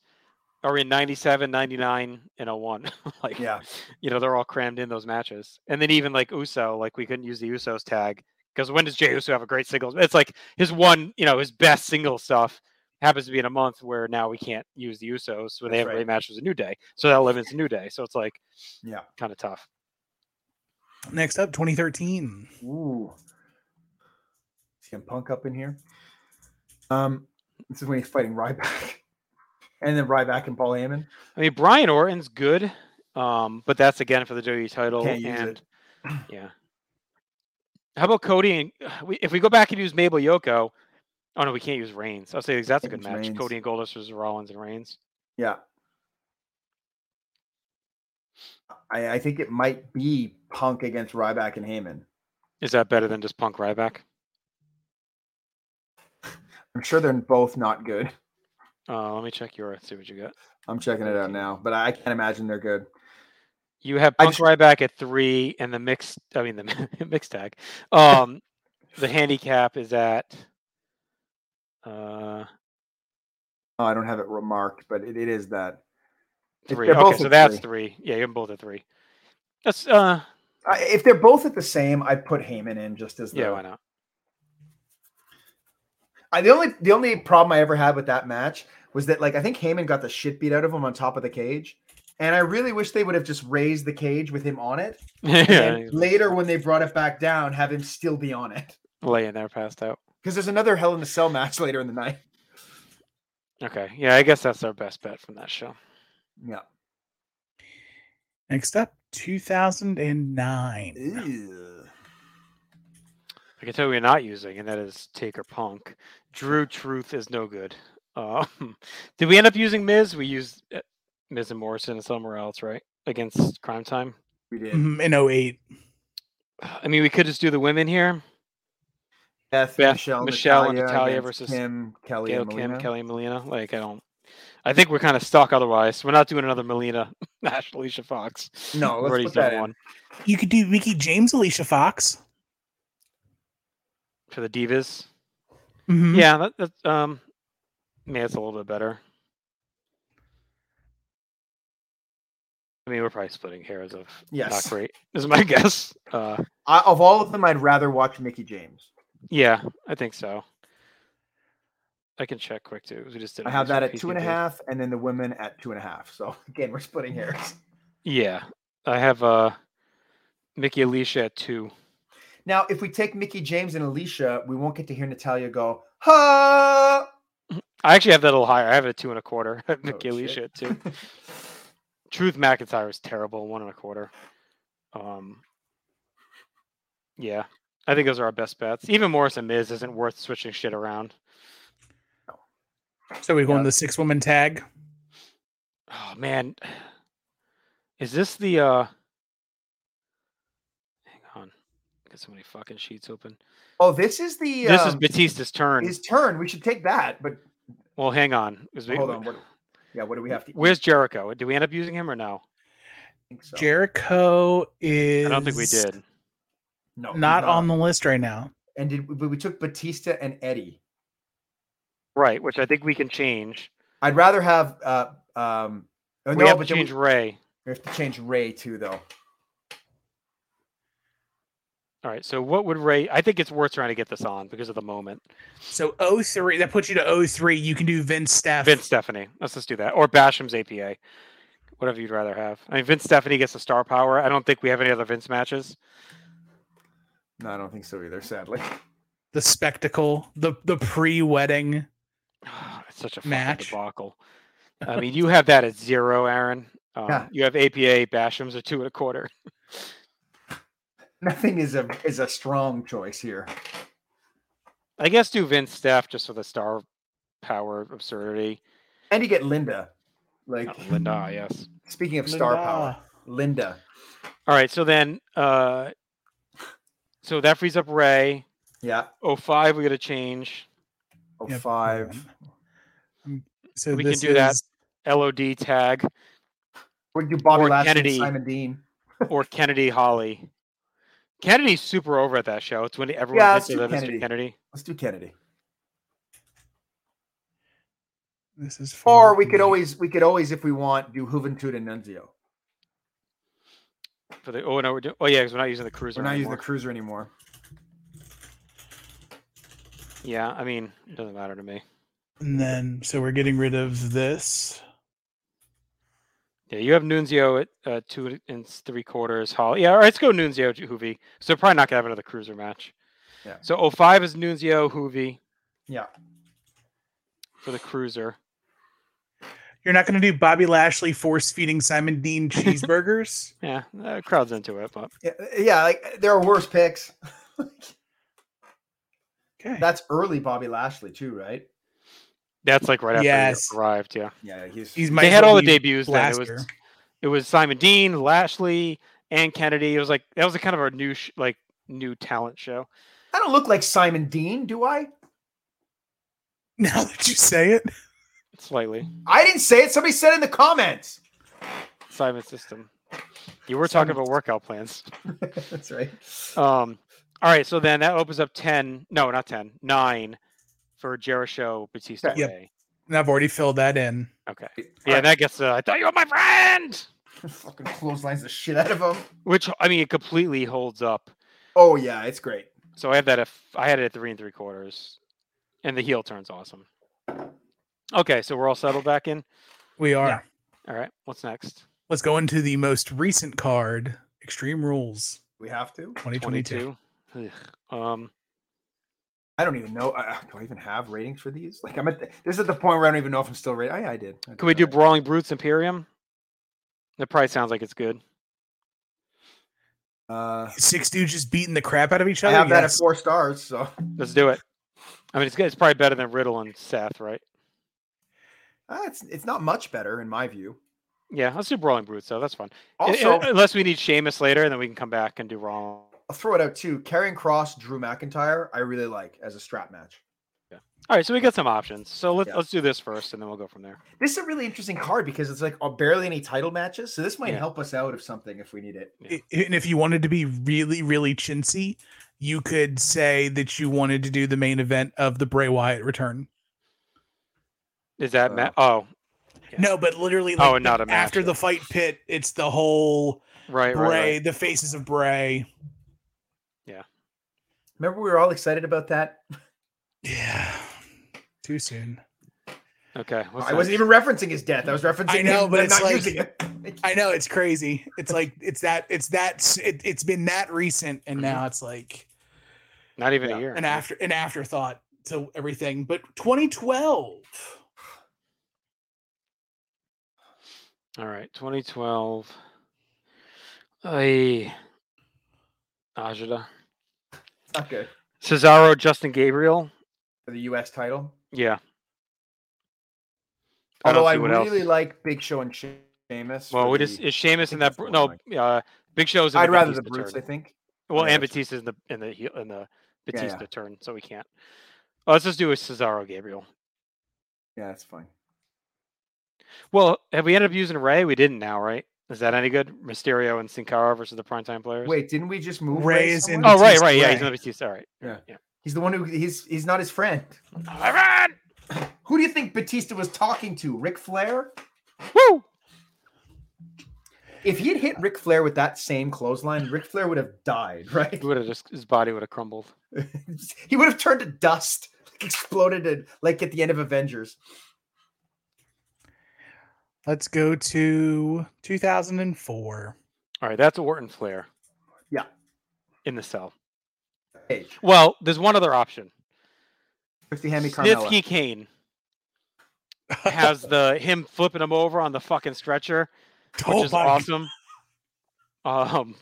C: are in 97, 99, and 01. like,
D: Yeah.
C: you know, they're all crammed in those matches. And then even like Uso, like we couldn't use the Usos tag because when does Jey Uso have a great singles? It's like his one, you know, his best single stuff happens to be in a month where now we can't use the Usos when they have
D: That's
C: a rematch with a New Day. So that limits New Day. So it's like
D: Yeah.
C: kind of tough.
E: Next up, 2013.
D: Ooh. CM Punk up in here. Um, this is when he's fighting Ryback. And then Ryback and Paul Heyman.
C: I mean, Brian Orton's good, um, but that's again for the WWE title.
D: Can't use
C: and
D: it.
C: yeah, how about Cody and we, if we go back and use Mabel Yoko? Oh no, we can't use Reigns. I'll say that's a
D: Can't
C: good
D: use
C: match.
D: Reigns.
C: Cody and Goldust versus Rollins and Reigns.
D: Yeah. I, I think it might be Punk against Ryback and Heyman.
C: Is that better than just Punk Ryback?
D: I'm sure they're both not good.
C: Uh, let me check your see what you got.
D: I'm checking it out now, but I can't imagine they're good.
C: You have
D: I
C: Punk Ryback at three, and the mixed. I mean the mixed tag. Um, the handicap is at. Uh,
D: Oh, I don't have it remarked, but it, it is that. If
C: three.
D: they're
C: Okay,
D: both
C: so
D: at
C: that's three. Yeah, you're both at three. That's uh,
D: I, if they're both at the same, I put Heyman in just as the,
C: yeah. Why not?
D: I, the only the only problem I ever had with that match was that like I think Heyman got the shit beat out of him on top of the cage, and I really wish they would have just raised the cage with him on it.
C: yeah,
D: and later when they brought it back down, have him still be on it
C: laying there, passed out.
D: because there's another Hell in a Cell match later in the night.
C: Okay, yeah, I guess that's our best bet from that show.
D: Yeah.
E: Next up, 2009.
D: Ew.
C: I can tell we're not using, and that is Taker Punk. Drew Truth is no good. Um, did we end up using Miz? We used uh, Miz and Morrison somewhere else, right? Against Crime Time.
D: We
C: Mm-hmm.
D: did.
E: Mhm, In 08.
C: I mean, we could just do the women here.
D: Beth,
C: Beth,
D: Michelle,
C: Michelle, and
D: Natalia,
C: Natalya
D: against
C: versus
D: Kim, Kelly,
C: Gail
D: and Molina.
C: Kim, Kelly Molina. Like, I don't. I think we're kind of stuck otherwise. We're not doing another Molina, Nash, Alicia Fox.
D: No,
C: We've
D: let's
C: already
D: put that
C: done
D: in.
C: one
E: You could do Mickey James, Alicia Fox.
C: for the Divas.
D: Mm-hmm.
E: Mhm.
C: Yeah, that, that um, yeah, it's a little bit better. I mean, we're probably splitting hairs of
D: Yes.
C: not great. Is my guess. Uh,
D: I, of all of them, I'd rather watch Mickey James.
C: yeah, I think so. I can check quick too. 'cause We just did
D: I
C: it
D: have
C: based
D: that
C: on
D: at two and a
C: PCG.
D: half, and then the women at two and a half. So again, we're splitting hairs.
C: Yeah, I have uh, Mickey Alicia at two.
D: Now, if we take Mickey James and Alicia, we won't get to hear Natalia go, ha!
C: I actually have that a little higher. I have it at two and a quarter. Mickey
D: Oh, shit.
C: Alicia at two. Truth McIntyre is terrible, one and a quarter. Um, yeah, I think those are our best bets. Even Morris and Miz isn't worth switching shit around.
E: So we're going
D: Yeah.
E: the six woman tag.
C: Oh man, is this the? uh Hang on, got so many fucking sheets open.
D: Oh, this is the
C: This is
D: um,
C: Batista's turn.
D: his turn. We should take that, but
C: Well, hang on. 'cause we-
D: hold on. What, yeah, what do we have to
C: Where's Jericho? Do we end up using him or no?
D: think so?
E: Jericho is.
C: I don't think we did.
D: no, he's
E: Not on the list right now.
D: And did we, we took Batista and Eddie?
C: Right, which I think we can change.
D: I'd rather have uh um. oh,
C: we have to
D: but then
C: change
D: We,
C: Ray.
D: we have to change Ray too, though.
C: All right. So what would Ray? I think it's worth trying to get this on because of the moment.
E: So 03, that puts you to 03. You can do Vince Steph.
C: Vince Stephanie. Let's just do that. Or Basham's APA. Whatever you'd rather have. I mean, Vince Stephanie gets the star power. I don't think we have any other Vince matches.
D: No, I don't think so either. Sadly,
E: The spectacle, the, the pre wedding.
C: it's such a fucking
E: Match.
C: debacle. I mean, you have that at zero, Aaron. Um,
D: Yeah.
C: You have APA. Basham's are two and a quarter.
D: nothing is a is a strong choice here.
C: I guess do Vince Steph just for the star power absurdity.
D: And you get Linda. Like
C: Not Linda, ah, yes.
D: speaking of star power, Linda.
C: All right, so then uh so that frees up Ray.
D: Yeah.
C: Oh five, we got to change.
D: Oh
E: Yep.
D: five.
E: Um, So
C: We can
E: this
C: do that.
E: is-
C: LOD tag
D: We do Bobby
C: Or
D: Lashley and
C: Kennedy.
D: Simon Dean.
C: or Kennedy Holly. Kennedy's super over at that show. It's when everyone
D: Yeah,
C: thinks
D: let's
C: of
D: do
C: Mr.
D: Kennedy.
C: Kennedy.
D: Let's do Kennedy.
E: This is for
D: Or we could
E: the-
D: always we could always, if we want, do Juventud and Nunzio.
C: For the oh no, we're doing, oh yeah, because we're not using the cruiser.
D: We're not using
C: anymore.
D: the cruiser anymore.
C: yeah, I mean, it doesn't matter to me.
E: And then, so we're getting rid of this.
C: Yeah, you have Nunzio at uh, two and s- three quarters. Holly. Yeah, all right, let's go Nunzio Ju- Hoovy. So we're probably not gonna have another cruiser match.
D: Yeah.
C: So 05 is Nunzio Hoovy
D: Yeah.
C: for the cruiser.
E: You're not going to do Bobby Lashley force feeding Simon Dean cheeseburgers.
C: Yeah, the crowd's into it, but
D: Yeah, yeah, like there are worse picks.
E: okay.
D: That's early Bobby Lashley too, right?
C: that's like right after
E: Yes.
C: he arrived. Yeah,
D: Yeah, he's,
E: He's
C: they had all the debuts. Then it was it was Simon Dean, Lashley, and Kennedy. It was like that was a kind of a new sh- like new talent show.
D: I don't look like Simon Dean, do I?
E: Now that you say it,
C: Slightly
D: I didn't say it. Somebody said in the comments.
C: Simon system. You were talking
E: Simon-
C: about workout plans.
D: That's right.
C: Um, all right, so then that opens up ten. No, not ten. Nine for Jericho Batista.
E: Yep.
C: Ray.
E: and I've already filled that in.
C: Okay. Yeah,
D: Yeah,
C: and that gets. Uh, I thought you were my friend.
D: fucking clotheslines the shit out of him.
C: Which I mean, it completely holds up.
D: Oh yeah, it's great.
C: So I have that. At, f- I had it at three and three quarters, and the heel turn's awesome. Okay, so we're all settled back in.
E: We are.
D: Yeah.
C: All right, what's next?
E: Let's go into the most recent card, Extreme Rules
D: We have to.
E: 2022.
C: 22. Ugh. Um,
D: I don't even know. I, I- do I even have ratings for these? Like I'm at the, this is at the point where I don't even know if I'm still rated. Oh, yeah, I did. I did
C: can we do
D: alright.
C: Brawling Brutes Imperium? That probably sounds like it's good.
D: Uh,
E: Six dudes beating the crap out of each
D: I
E: other.
D: have that at
E: Yes.
D: four stars. So
C: Let's do it. I mean, it's good- it's probably better than Riddle and Seth, right?
D: uh, it's it's not much better in my view.
C: Yeah, let's do Brawling Brutes. So that's fun. I- I-
D: Also,
C: unless we need Sheamus later, and then we can come back and do Raw.
D: I'll throw it out too. Carrying Cross, Drew McIntyre, I really like as a strap match.
C: All right, so we got some options. So let's
D: Yeah.
C: let's do this first, and then we'll go from there.
D: This is a really interesting card because it's like uh, barely any title matches, so this might
C: Yeah.
D: help us out of something if we need it.
C: Yeah.
E: I- And if you wanted to be really, really chintzy, you could say that you wanted to do the main event of the Bray Wyatt return.
C: Is that ma- oh Yeah.
E: No, but literally,
C: Oh,
E: like,
C: not a match,
E: after
C: yeah.
E: the fight pit, it's the whole
C: right right,
E: Bray,
C: right
E: the faces of Bray.
D: Remember, we were all excited about that.
E: Yeah, too soon.
C: okay what's
D: I wasn't
C: next?
D: even referencing his death. I was referencing.
E: I know,
D: him,
E: but
D: them
E: it's
D: not
E: like-
D: using it.
E: I know it's crazy. It's like it's that it's that s- it, it's been that recent, and
C: Mm-hmm.
E: now it's like
C: not even
D: Yeah,
C: a year
E: an after an afterthought to everything. But 2012,
C: all right 2012 Ay. Ajita.
D: It's not good
C: Cesaro Justin Gabriel
D: for the U.S. title.
C: yeah I don't
D: Although I,
C: see what else.
D: really like Big Show and She- Sheamus.
C: well
D: for
C: we just
D: the-
C: is Sheamus in that
D: think that's
C: br-
D: the
C: no
D: one,
C: uh Big Show's in
D: I'd
C: the
D: rather the
C: Batista
D: Brutes, I
C: turn.
D: think.
C: well
D: Oh,
C: and
D: that's right.
C: Batista's in the in the heel- in the
D: Yeah, yeah.
C: Batista turn so we can't oh, let's just do a Cesaro Gabriel
D: Yeah, that's fine.
C: well have we ended up using Ray we didn't now right is that any good Mysterio and Sin Cara versus the primetime players
D: Wait, didn't we just move?
E: Ray
D: Ray
E: is in-
D: somewhere?
C: oh right
E: Batista,
C: right yeah he's
E: Ray.
C: in the Batista all right
D: He's the one who he's he's not his friend.
C: all right
D: Who do you think Batista was talking to? Ric Flair?
C: woo
D: If he had hit Ric Flair with that same clothesline, Ric Flair would have died, right?
C: He would have just his body would have crumbled.
D: he would have turned to dust, like exploded, in, like at the end of Avengers.
E: let's go to 2004.
C: All right, that's Orton Flair.
D: Yeah.
C: In the cell.
D: Hey,
C: Well, there's one other option.
D: Christy Hammy Carmella.
C: Snitsky Kane has the him
D: Oh
C: flipping him over on the fucking stretcher, which
E: Oh
C: is
E: my-
C: awesome. Um,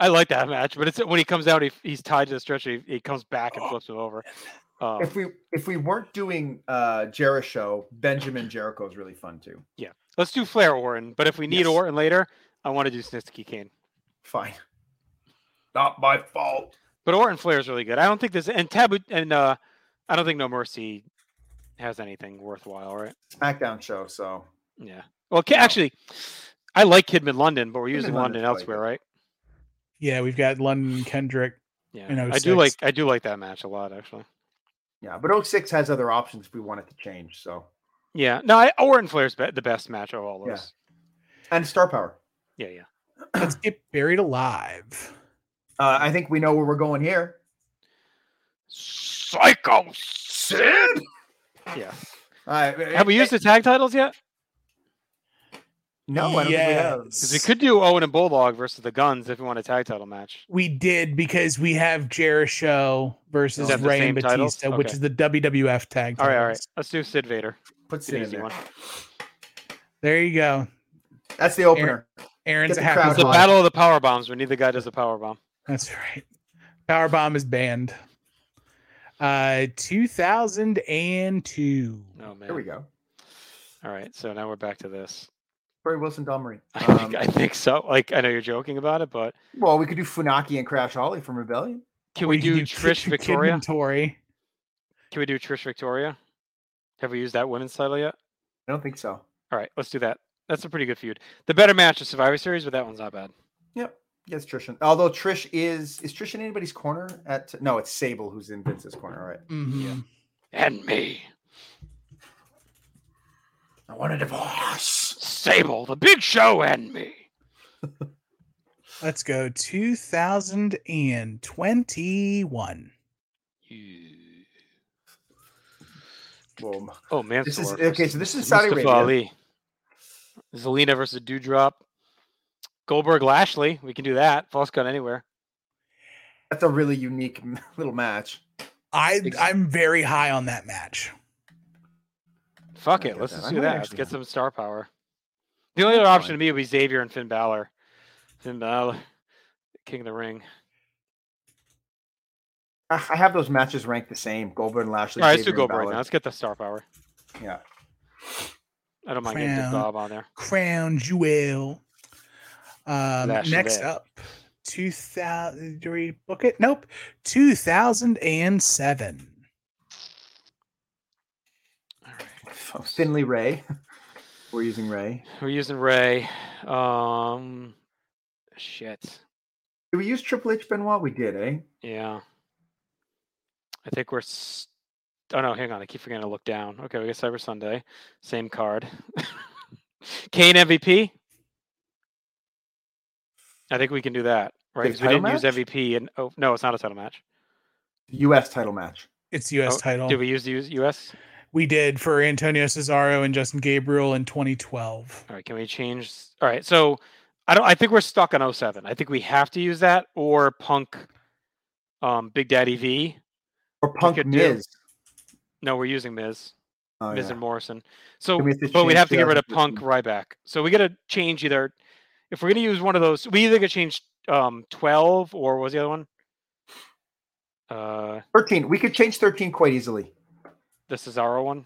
C: I like that match, but it's when he comes out, he, he's tied to the stretcher. He, he comes back and flips him over. Um,
D: Oh. If we if we weren't doing uh Jericho, Benjamin Jericho is really fun too.
C: let's do Flair Orton, but if we need
D: Yes.
C: Orton later, I want to do Snitsky Kane.
D: Fine. Not my fault.
C: But Orton Flair is really good. I don't think there's and Taboo and uh, I don't think No Mercy has anything worthwhile, right?
D: SmackDown show, so
C: Yeah. Well, Ki-
D: No.
C: actually, I like Kidman London, but we're
D: Kidman
C: using London
D: London's really
C: elsewhere,
D: good.
C: right?
E: Yeah, we've got London Kendrick. In
C: Yeah. I do
E: 06.
C: like I do like that match a lot, actually.
D: yeah, but 06 has other options if we wanted to change. So
C: Yeah. No, I, Orton Flair's be- the best match of all
D: Yeah.
C: those.
D: and star power.
C: Yeah. Yeah.
E: Let's get buried alive.
D: Uh, I think we know where we're going here.
C: Psycho Sid. Yeah.
D: All right.
C: Have we used the tag titles yet?
D: No, I don't think we have.
C: Because we could do Owen and Bulldog versus the Guns if we want a tag title match.
E: We did because we have Jericho versus
C: Is that the
E: Ray and
C: same title?
E: Batista, which
C: Okay.
E: is the WWF tag.
C: All right, all right.
E: titles.
C: Let's do Sid Vader.
D: Put
C: It's an
D: Sid in
C: easy
D: there.
C: one.
E: There you go.
D: That's the opener.
E: Aaron's
D: Get
E: a
D: the crowd
E: happy.
C: It's the
D: on.
C: battle of the power bombs when neither guy does a power bomb.
E: That's right. Powerbomb is banned. Uh, 2002.
C: Oh man.
D: Here we go.
C: All right. So now we're back to this.
D: Barry Wilson, Don Marie.
C: I
D: Um,
C: think, I think so. Like I know you're joking about it, but
D: well, we could do Funaki and Crash Holly from Rebellion.
C: can we, do
E: can
C: Trish
E: Kid-
C: Victoria?
E: Kidman Tory.
C: Can we do Trish Victoria? Have we used that women's title yet?
D: I don't think so.
C: All right, let's do that. That's a pretty good feud. The better match is Survivor Series, but that one's not bad.
D: Yep. Yes, Trish. in- Although Trish is is Trish in anybody's corner at no, it's Sable who's in Vince's corner. All right.
E: Mhm.
C: And me,
D: I want a divorce.
C: Sable, the Big Show, and me.
E: Let's go 2021.
C: Yeah.
D: Boom.
C: Oh, man.
D: This is okay. So this is Saudi
C: Mustafa Ali.
D: Arabia.
C: Zelina versus Dewdrop. Goldberg Lashley. We can do that. False gun anywhere.
D: That's a really unique m- little match.
E: I
D: Ex-
E: I'm very high on that match.
C: Fuck
D: I
C: it.
D: get
C: Let's
D: that.
C: just
D: I
C: do
D: might
C: that. Let's
D: actually
C: get
D: have-
C: some star power. The only other
D: That's
C: option
D: fine.
C: to me would be Xavier and Finn Balor. Finn Balor, King of the Ring.
D: Ah, I have those matches ranked the same. Goldberg and Lashley.
C: All right, let's do
D: Xavier and
C: Goldberg now.
D: Balor.
C: Let's get the star power.
D: Yeah.
C: I don't mind getting Dick
E: Crown.
C: Bob on there.
E: Crown Jewel. Um,
C: Lash
E: next
C: Vet.
E: up, 2000. Do we book it? Nope. 2007.
C: All right.
D: F- Finley Ray. We're using Ray.
C: We're using Ray. Um, shit.
D: Did we use Triple H Benoit? We did, eh?
C: Yeah. I think we're. S- oh no, hang on. I keep forgetting to look down. Okay, we got Cyber Sunday. Same card. Kane MVP. I think we can do that, right?
D: Big
C: 'Cause we didn't
D: title
C: use
D: match?
C: MVP, and oh no, it's not a title match.
D: U.S. title match.
E: It's U.S.
C: Oh,
E: title.
C: Did we use the U- US?
E: We did for Antonio Cesaro and Justin Gabriel in 2012.
C: All right, can we change? All right, so I don't. I think we're stuck on 07. I think we have to use that or Punk, um, Big Daddy V.
D: Or Punk
C: could do-
D: Miz.
C: No, we're using Miz.
D: Oh,
C: Miz
D: yeah.
C: and Morrison. So,
D: we have to
C: but we'd
D: change
C: have to get rid of Punk
D: 2015?
C: Ryback. So we got to change either. If we're going to use one of those, we either could change um, 12 or what was the other one? Uh,
D: 13. We could change 13 quite easily.
C: the Cesaro one.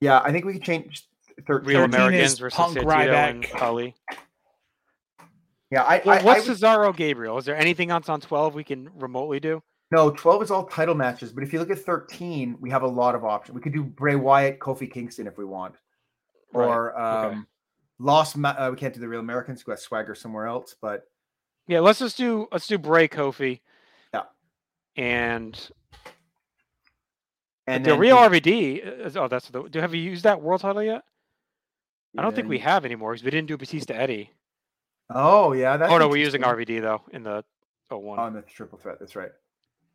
D: Yeah, I think we could change 13.
C: Real
E: 13 is
C: Americans versus
E: Punk,
C: Santito and
E: Ryback.
C: Ali.
D: Yeah, I,
C: Well,
D: I, I
C: what's
D: would-
C: Cesaro Gabriel? Is there anything else on 12 we can remotely do?
D: no 12 is all title matches, but if you look at 13, we have a lot of options. We could do Bray Wyatt, Kofi Kingston if we want,
C: Right,
D: or um,
C: okay.
D: Lost. Ma- uh, we can't do the Real Americans. We got Swagger somewhere else, but
C: Yeah, let's just do let's do Bray Kofi.
D: Yeah.
C: And,
D: and
C: the
D: then
C: real
D: we-
C: RVD. is- Oh, that's the. Do have you used that world title yet? I don't think
D: yeah,
C: we have anymore because we didn't do Batista Eddie.
D: Oh yeah, that's
C: oh no, we're using
D: interesting.
C: RVD though in the oh one.
D: on the triple threat. That's right.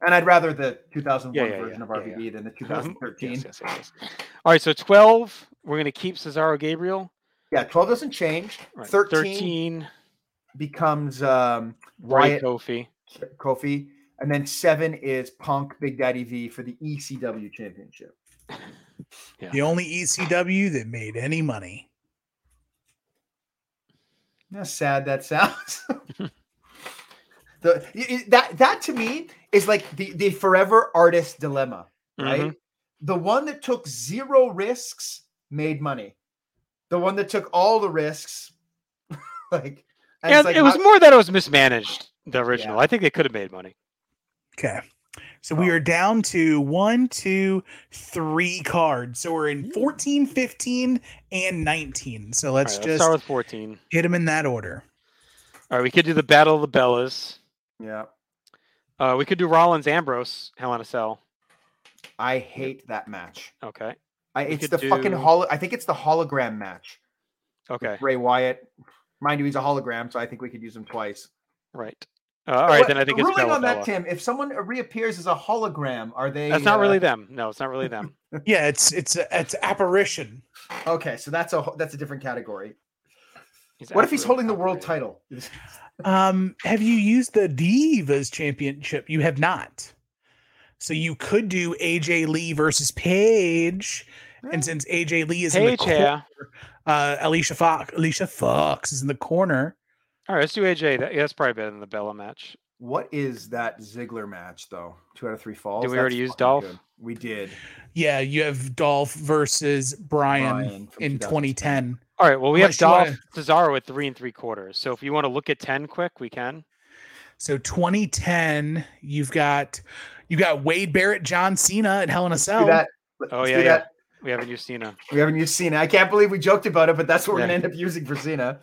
D: And I'd rather the 2001
C: yeah,
D: version
C: yeah,
D: of
C: yeah,
D: RVD than the
C: Yes,
D: 2013.
C: yes, yes, yes. All right, so twelve. We're gonna keep Cesaro Gabriel.
D: Yeah, 12 doesn't change.
C: Right,
D: 13,
C: 13
D: becomes um,
C: Ray
D: Wyatt
C: Kofi.
D: K- Kofi, and then seven is Punk Big Daddy V for the ECW Championship.
E: The only ECW that made any money.
D: How sad that sounds. The y- y- that that to me is like the the forever artist dilemma, right?
C: Mhm.
D: The one that took zero risks made money. The one that took all the risks, like, and it's
C: And
D: like,
C: it was
D: how-
C: more that it was mismanaged. The original. I think they could have made money.
E: Okay. So
C: Oh.
E: we are down to one, two, three cards. So we're in 14, 15, and 19. So
C: All
E: let's
C: right,
E: just
C: start with fourteen.
E: hit them in that order.
C: All right, we could do the Battle of the Bellas.
D: yeah.
C: Uh, we could do Rollins Ambrose Hell in a Cell.
D: I hate that match.
C: Okay.
D: I,
C: We
D: it's the
C: could
D: fucking
C: do-
D: holo. I think it's the hologram match.
C: Okay.
D: Ray Wyatt, mind you, he's a hologram, so I think we could use him twice.
C: Right. Uh, all right,
D: What-
C: then I think it's
D: ruling
C: Bella
D: on that,
C: Bella.
D: Tim. If someone reappears as a hologram, are they?
C: That's not
D: uh,
C: really them. No, it's not really them.
E: Yeah, it's it's a, it's apparition.
D: okay. So that's a ho- that's a different category.
C: He's
D: What if he's
C: absolutely
D: holding the world
C: copyrighted.
D: title?
E: Um, have you used the Divas Championship? You have not. So you could do AJ Lee versus Paige,
D: Eh.
E: and since AJ Lee is in the
C: Paige,
E: cor-
C: yeah.
E: uh, Alicia Fox, Alicia Fox is in the corner.
C: All right, let's do AJ. That, yeah, that's probably better than the Bella match.
D: What is that Ziggler match though? Two out of three falls.
C: we already
D: That's
C: use
D: fucking
C: Dolph?
D: good. We did.
E: Yeah, you have Dolph versus Brian,
D: Bryan from
E: in
D: 2010.
E: 2010.
C: All right, well, we have
E: Unless you
C: Dolph
E: wanna-
C: Cesaro at three and three quarters. So if you want to look at 10 quick, we can.
E: So 2010, you've got you got Wade Barrett, John Cena, and Hell in a Cell.
D: Do that. Let's
C: Oh,
D: do
C: yeah, yeah.
D: that.
C: We haven't used Cena.
D: We haven't used Cena. I can't believe we joked about it, but that's what we're
C: Yeah.
D: gonna end up using for Cena.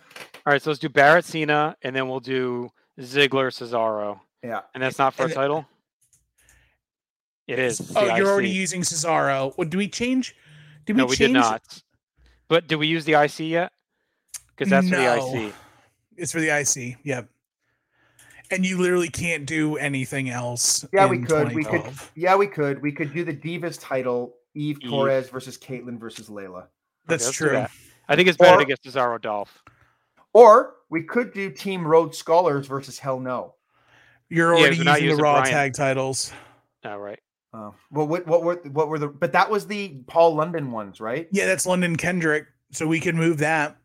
C: All right, so let's do Barrett, Cena, and then we'll do Ziggler, Cesaro.
D: Yeah.
C: And that's not for a
E: And-
C: title? It is. it's the
E: Oh, you're already
C: IC.
E: using Cesaro. What do we change? Did
C: No, we did
E: change?
C: not. But did we use the IC yet? Because that's for the
E: No.
C: IC.
E: It's for the IC. Yep. And you literally can't do anything else.
D: Yeah, we
E: in
D: could. We could.
C: Oh,
E: 2012.
D: Yeah, we could. We could do the Divas title. Eve
C: Eve.
D: Torres versus Caitlyn versus Layla.
E: That's
C: let's do
E: true.
C: that. I think it's better
D: Or-
C: to get Cesaro Dolph.
D: Or we could do Team Road Scholars versus Hell No.
E: You're
C: Yeah,
E: already
C: we're not
E: using the
C: using
E: Raw
C: Bryan.
E: tag titles.
C: All right.
D: Oh, well, what what were what were the? But that was the Paul London ones, right?
E: Yeah, that's London Kendrick. So we can move that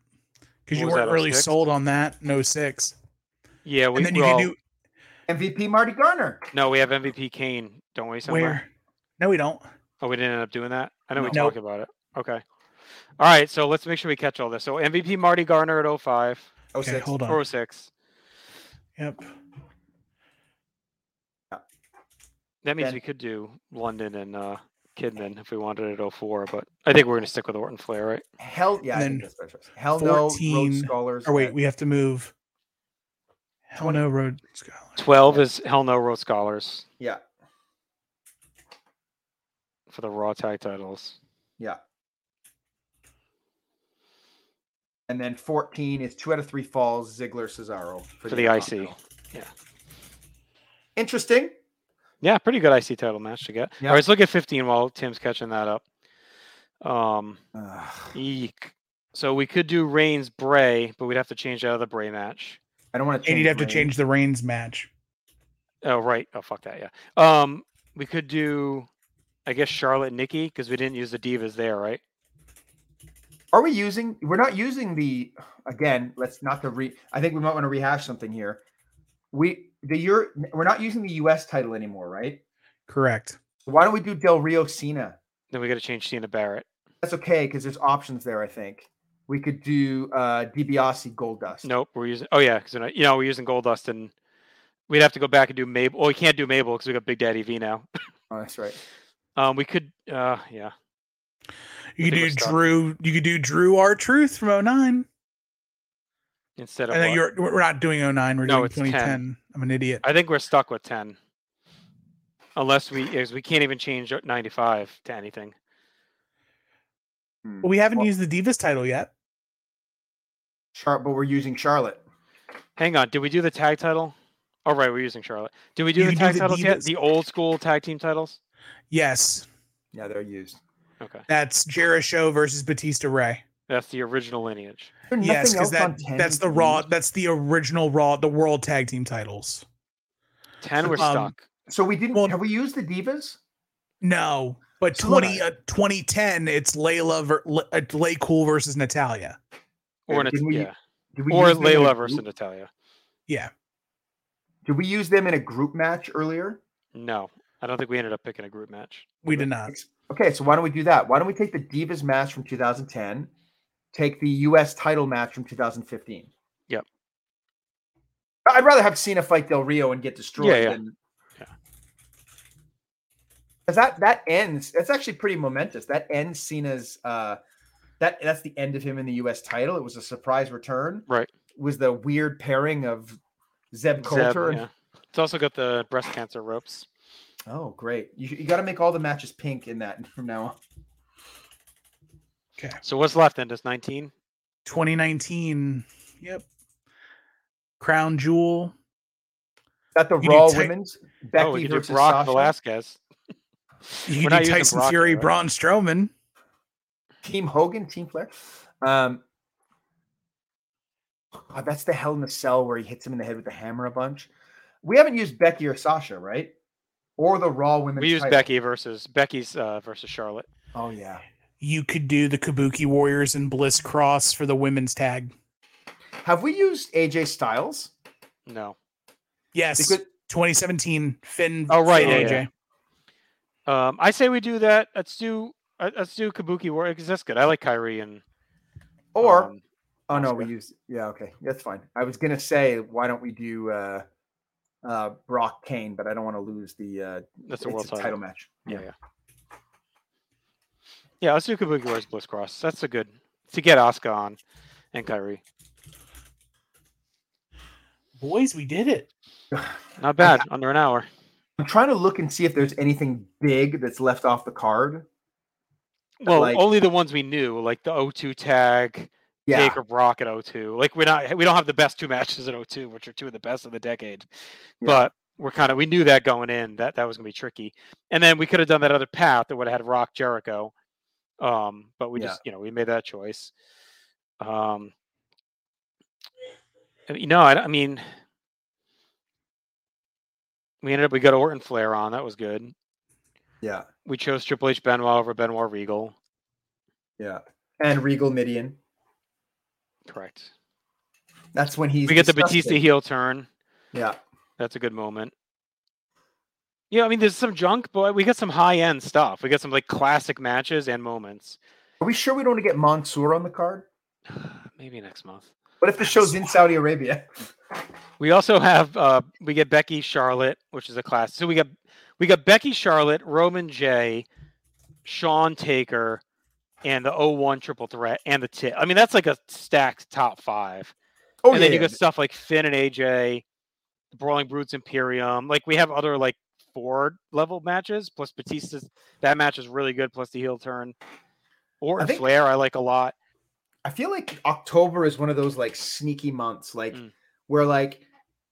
E: because you
C: What was
E: weren't
C: that,
E: really
C: 06?
E: sold on that. No six.
C: Yeah, we
E: and then you
C: well,
E: can do
D: MVP Marty Garner.
C: No, we have MVP Kane, don't we? Somewhere.
E: where? No, we don't.
C: Oh, we didn't end up doing that. I know we
E: No.
C: talked about it. Okay. All right. So let's make sure we catch all this. So MVP Marty Garner at 05
D: Oh,
E: Okay,
D: six.
E: hold on.
C: or 06.
E: Yep.
C: That means
D: Then-
C: we could do London and uh, Kidman if we wanted at 04, but I think we're going to stick with Orton Flair, right?
D: Hell yeah. I
E: And
D: think
E: then
D: that's my choice. Hell no. Road
E: 14
D: Scholars.
E: Or wait,
D: at-
E: we have to move. Hell no, Road Scholar.
C: 12 is Hell No Road Scholars
D: yeah,
C: for the Raw Tag titles.
D: yeah. And then fourteen is two out of three falls. Ziggler Cesaro
C: For the IC.
D: Intercontinental.
C: Yeah.
D: Interesting.
C: Yeah, pretty good IC title match to get.
D: Yeah.
C: All right. Let's look at 15 while Tim's catching that up. Um,
D: Ugh,
C: eek. So we could do Reigns Bray, but we'd have to change out of the Bray match.
D: I don't want to.
E: And you'd have to change the Reigns match.
C: Oh right. Oh fuck that. Yeah. Um, we could do, I guess Charlotte and Nikki because we didn't use the divas there, right?
D: Are we using? We're not using the again. Let's not the re. I think we might want to rehash something here. We the Euro. We're not using the U.S. title anymore, right?
E: Correct.
D: Why don't we do Del Rio Cena?
C: Then we got to change Cena Barrett.
D: That's okay because there's options there. I think we could do uh DiBiase Goldust.
C: Nope. We're using. Oh yeah, because you know we're using Goldust and we'd have to go back and do Mabel. Well, we can't do Mabel because we got Big Daddy V now.
D: oh, that's right.
C: Um, we could. Uh, yeah.
E: You could
C: think we're
E: do
C: stuck.
E: Drew. You could do Drew R Truth from 09.
C: Instead of.
E: I know
C: what-
E: you're. We're not doing 09. We're
C: No,
E: doing
C: it's 10.
E: 2010. I'm an idiot.
C: I think we're stuck with ten. Unless we, is we can't even change o- ninety-five to anything.
D: Hmm.
E: But we haven't
D: Well-
E: used the Divas title yet.
D: Char- but we're using Charlotte.
C: Hang on. Did we do the tag title? All right, we're using Charlotte. Did we do
E: You
C: the
E: do
C: tag
E: the
C: titles yet?
E: Divas.
C: The old school tag team titles.
E: Yes,
D: Yeah, they're used.
C: Okay.
E: that's Jericho versus Batista Ray.
C: That's the original lineage.
D: There's nothing
E: Yes, because
D: else on
E: that
D: 10
E: that's
D: we
E: the
D: can
E: Raw.
D: use?
E: That's the original Raw. The World Tag Team titles.
C: Ten, we're
E: Um,
C: stuck.
D: So we didn't.
E: Well-
D: have we used the divas?
E: No, but
D: So what
E: 20 uh, 2010, it's Layla ver, Le- uh, Lay Cool versus Natalia.
C: Or
D: didn't
C: Nat-
D: uh, we-
C: yeah,
D: Did we
C: or
D: use them in a
C: Layla
D: group?
C: versus Natalia.
E: Yeah,
D: Did we use them in a group match earlier?
C: No, I don't think we ended up picking a group match.
E: We did not.
D: Okay, so why don't we do that? Why don't we take the Divas match from 2010, take the U.S. title match from 2015?
C: Yep.
D: I- I'd rather have Cena fight Del Rio and get destroyed
C: Yeah, yeah.
D: than.
C: Yeah.
D: Because that that ends. That's actually pretty momentous. That ends Cena's. Uh, that that's the end of him in the U.S. title. It was a surprise return.
C: Right.
D: It was the weird pairing of Zeb Coulter
C: Zeb,
D: and
C: yeah. It's also got the breast cancer ropes.
D: Oh, great! You, you got to make all the matches pink in that from now on.
C: So what's left then? Just 19?
E: 2019. Yep. Crown Jewel.
D: Is that the
E: You do
D: Raw
E: tech-
D: women's Becky
C: Oh, we could do
D: versus
C: Brock
D: Sasha
C: Velasquez.
E: You
C: We're not
E: could do
C: using
E: Tyson
C: Brock,
E: Fury,
C: right?
E: Braun Strowman.
D: Team Hogan, Team Flair. Um, oh, that's the Hell in the Cell where he hits him in the head with the hammer a bunch. We haven't used Becky or Sasha, right? Or the Raw women's.
C: We used
D: title.
C: Becky versus Becky's uh, versus Charlotte.
D: Oh yeah.
E: You could do the Kabuki Warriors and Bliss Cross for the women's tag.
D: Have we used AJ Styles?
C: No.
E: Yes.
D: Because
E: 2017 Finn.
C: Oh, right,
E: Finn
C: yeah,
E: AJ.
C: yeah. Um, I say we do that. Let's do uh, let's do Kabuki War because that's good. I like Kyrie and
D: or
C: um,
D: oh no, we
C: Asuka.
D: used yeah okay that's fine. I was gonna say why don't we do uh, uh, Brock Kane, but I don't want to lose the uh,
C: that's a
D: it's
C: world
D: a
C: title.
D: title match.
C: Yeah, yeah. Yeah, let's do Kabuki Warriors Bliss Cross. That's a good to get Asuka on and Kyrie.
E: Boys, we did it.
C: Not bad. Under an hour.
D: I'm trying to look and see if there's anything big that's left off the card.
C: Well,
D: like-
C: only the ones we knew, like the O2 tag,
D: Yeah,
C: Taker Brock at O2. Like we're not we don't have the best two matches at O2, which are two of the best of the decade.
D: Yeah.
C: But we're kind of we knew that going in that that was gonna be tricky. And then we could have done that other path that would have had Rock Jericho. Um, but we
D: Yeah.
C: just you know we made that choice. Um, I mean, no, I, I mean we ended up we got Orton Flair on that was good.
D: yeah,
C: We chose Triple H Benoit over Benoit Regal.
D: yeah. And Regal Midian.
C: Correct.
D: That's when he's
C: we get the
D: disgusted.
C: Batista heel turn.
D: Yeah,
C: That's a good moment. Yeah, I mean, there's some junk, but we got some high end stuff. We got some like classic matches and moments.
D: are we sure we don't want to get Mansoor on the card?
C: Maybe next month.
D: What if the show's in Saudi Arabia?
C: We also have uh we get Becky Charlotte, which is a class. So we got we got Becky Charlotte, Roman J, Sean Taker, and the 01 triple threat and the tip. I mean, that's like a stacked top five.
D: Oh
C: and
D: yeah,
C: then you
D: yeah.
C: got stuff like Finn and AJ, the Brawling Brutes Imperium. Like we have other like four level matches plus Batista's that match is really good plus the heel turn. Or
D: think-
C: Flair I like a lot.
D: I feel like October is one of those like sneaky months, like
C: Mm.
D: where like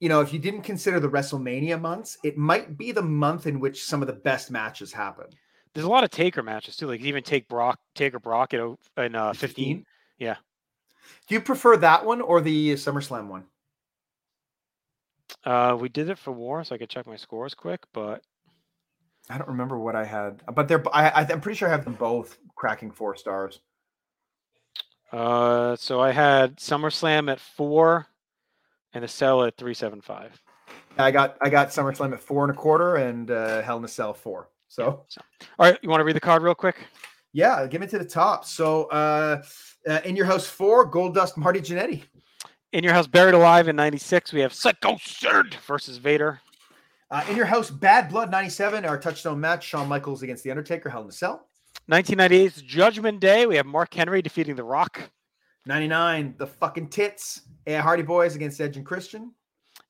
D: you know if you didn't consider the WrestleMania months, it might be the month in which some of the best matches happen.
C: There's a lot of Taker matches too. Like you even take Brock Taker Brock at o- in uh, 15. Yeah.
D: Do you prefer that one or the SummerSlam one?
C: Uh, we did it for War, so I could check my scores quick. But
D: I don't remember what I had, but they're. I, I- I'm pretty sure I have them both cracking four stars.
C: uh, so I had SummerSlam at four, and the Cell at three seven five.
D: I got I got SummerSlam at four and a quarter, and uh, Hell in a Cell four. So
C: All right, you want to read the card real quick?
D: yeah, give it to the top. So uh, uh, in your house four, Gold Dust, Marty Jannetty.
C: In Your House Buried Alive in 96, we have Psycho Sid versus Vader.
D: Uh, in your house, Bad Blood '97, our touchstone match, Shawn Michaels against The Undertaker, Hell in a Cell.
C: 1998's Judgment Day, we have Mark Henry defeating The Rock.
D: '99, the fucking tits, eh, Hardy Boys against Edge and Christian.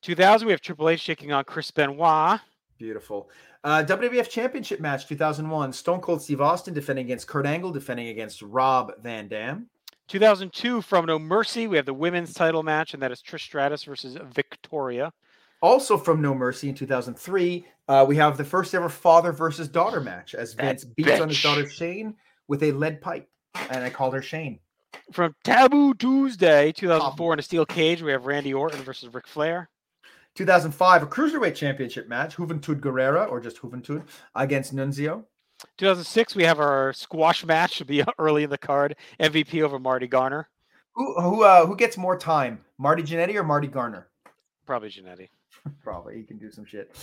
C: 2000, we have Triple H taking on Chris Benoit.
D: Beautiful. Uh, WWF Championship match 2001, Stone Cold Steve Austin defending against Kurt Angle, defending against Rob Van Dam.
C: 2002, from No Mercy, we have the women's title match, and that is Trish Stratus versus Victoria.
D: Also from No Mercy in 2003, uh, we have the first ever father versus daughter match as
C: That
D: Vince beats on his
C: bitch.
D: daughter Shane with a lead pipe. And I called her Shane.
C: From Taboo Tuesday, 2004, in a steel cage, we have Randy Orton versus Ric Flair.
D: 2005, a cruiserweight championship match, Juventud Guerrera, or just Juventud, against Nunzio.
C: 2006, we have our squash match, should be early in the card, MVP over Marty Garner.
D: Who who uh, who gets more time, Marty Jannetty or Marty Garner?
C: Probably Janetti.
D: Probably he can do some shit.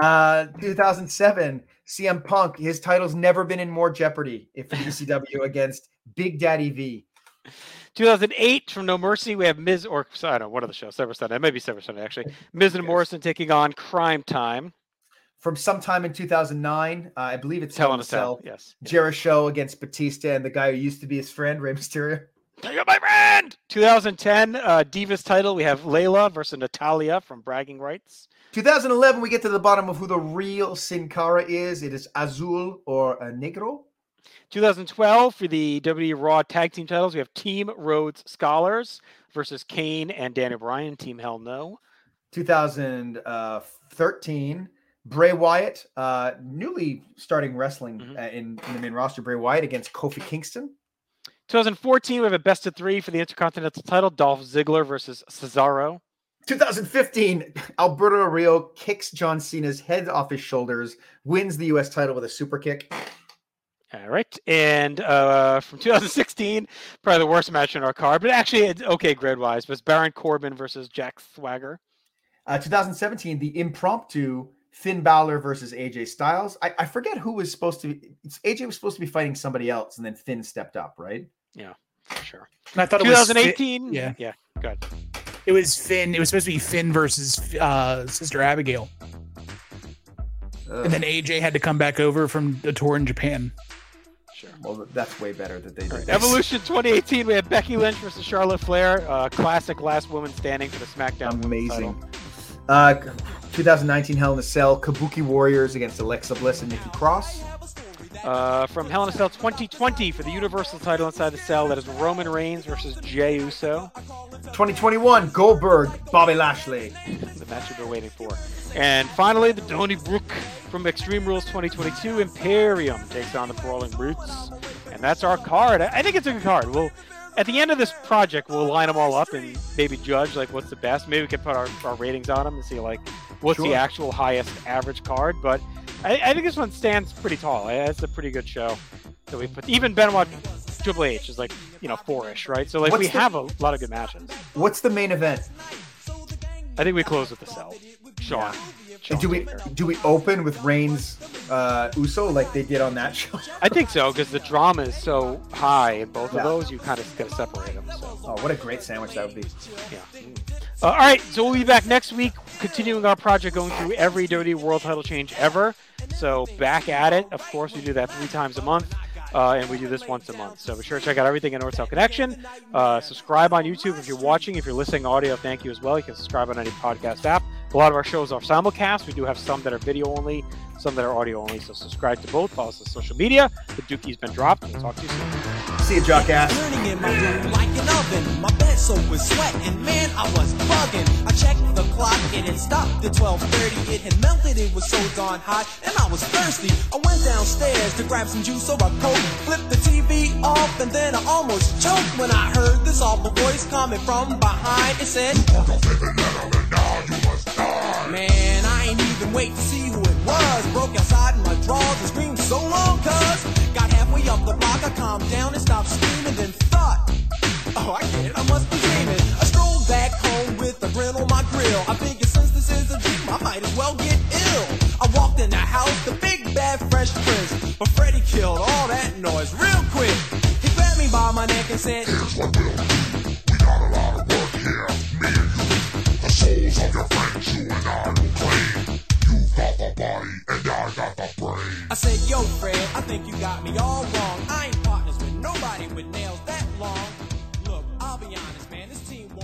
D: Uh, 2007, CM Punk. His title's never been in more jeopardy. If in ECW against Big Daddy V.
C: 2008 from No Mercy, we have Miz or I don't know one of the shows, Sever Sunday, maybe Sever Sunday actually. Miz and
D: Yes.
C: Morrison taking on Crime Time.
D: From sometime in 2009, uh, I believe it's
C: Tell
D: Hell
C: on
D: in a Cell.
C: Yes. yes.
D: Jericho against Batista and the guy who used to be his friend, Rey Mysterio.
C: Take up my friend. 2010 uh, Divas title, we have Layla versus Natalia from Bragging Rights.
D: 2011, we get to the bottom of who the real Sin Cara is. It is Azul or uh, Negro.
C: 2012 for the WWE Raw Tag Team titles, we have Team Rhodes Scholars versus Kane and Daniel Bryan. Team Hell No.
D: 2013, Bray Wyatt, uh, newly starting wrestling
C: Mhm.
D: uh, in, in the main roster, Bray Wyatt against Kofi Kingston.
C: 2014 we have a best of three for the Intercontinental title, Dolph Ziggler versus Cesaro.
D: 2015, Alberto Del Rio kicks John Cena's head off his shoulders, wins the U.S. title with a super kick.
C: All right, and uh, from 2016, probably the worst match in our card, but actually it's okay grade wise. Was Baron Corbin versus Jack Swagger?
D: Uh, 2017, the impromptu Finn Balor versus AJ Styles. I, I forget who was supposed to. Be, it's- AJ was supposed to be fighting somebody else, and then Finn stepped up, right?
C: Sure.
E: And I thought it was Finn-
C: 2018.
E: yeah.
C: yeah. Good.
E: it was Finn. It was supposed to be Finn versus uh, Sister Abigail,
D: Ugh,
E: and then AJ had to come back over from a tour in Japan.
C: Sure.
D: well, that's way better that they did. that.
C: Evolution 2018. We have Becky Lynch versus Charlotte Flair. Uh, classic last woman standing for the SmackDown. Women's title.
D: Amazing. Uh, 2019 Hell in a Cell, Kabuki Warriors against Alexa Bliss and Nikki Cross.
C: Uh, from Hell in a Cell 2020 for the Universal title inside the cell. That is Roman Reigns versus Jey Uso.
D: 2021 Goldberg, Bobby Lashley.
C: the match you've been waiting for. And finally, the Donnybrook from Extreme Rules 2022 Imperium takes on the Brawling Brutes, and that's our card. I I think it's a good card. We'll at the end of this project, we'll line them all up and maybe judge like what's the best. Maybe we can put our, our ratings on them and see like what's the
D: Sure.
C: actual highest average card. But I, I think this one stands pretty tall. I- It's a pretty good show that we put. Even Benoit Triple H is like you know four-ish, right? So like
D: What's
C: we
D: the-
C: have a lot of good matches.
D: What's the main event?
C: I think we close with the cell. Sean. Sean
D: Do we
C: Taker.
D: do we open with Reigns, uh, Uso like they did on that show?
C: I think so because the drama is so high in both
D: Yeah.
C: of those. You kind of got to separate them. So
D: Oh, what a great sandwich that would be.
C: yeah. Uh, all right, so we'll be back next week, continuing our project, going through every WWE World Title change ever. So back at it. Of course, we do that three times a month. Uh, and we do this once a month. So be sure to check out everything at North South Connection. Uh, subscribe on YouTube if you're watching. If you're listening audio, thank you as well. You can subscribe on any podcast app. A lot of our shows are simulcast. We do have some that are video only, some that are audio only. So subscribe to both. Follow us on social media. The Dookie's been dropped. We'll talk to you soon.
D: See you, jockass.
F: Burning in my room like an oven. My bed so was sweating, man, I was bugging. I checked the clock, it had stopped at 12:30. It had melted, it was so darn hot, and I was thirsty. I went downstairs to grab some juice or a coke. Flipped the TV off, and then I almost choked when I heard this awful voice coming from behind. It said. Man, I ain't even wait to see who it was. Broke outside in my drawers and screamed so long, cuz. Got halfway up the block, I calmed down and stopped screaming, then thought. Oh, I get it, I must be dreaming. I strolled back home with a grin on my grill. I figured since this is a dream, I might as well get ill. I walked in the house, the big bad fresh prince. But Freddy killed all that noise real quick. He grabbed me by my neck and said, I said, yo, Fred, I think you got me all wrong. I ain't partners with nobody with nails that long. Look, I'll be honest, man, this team won't.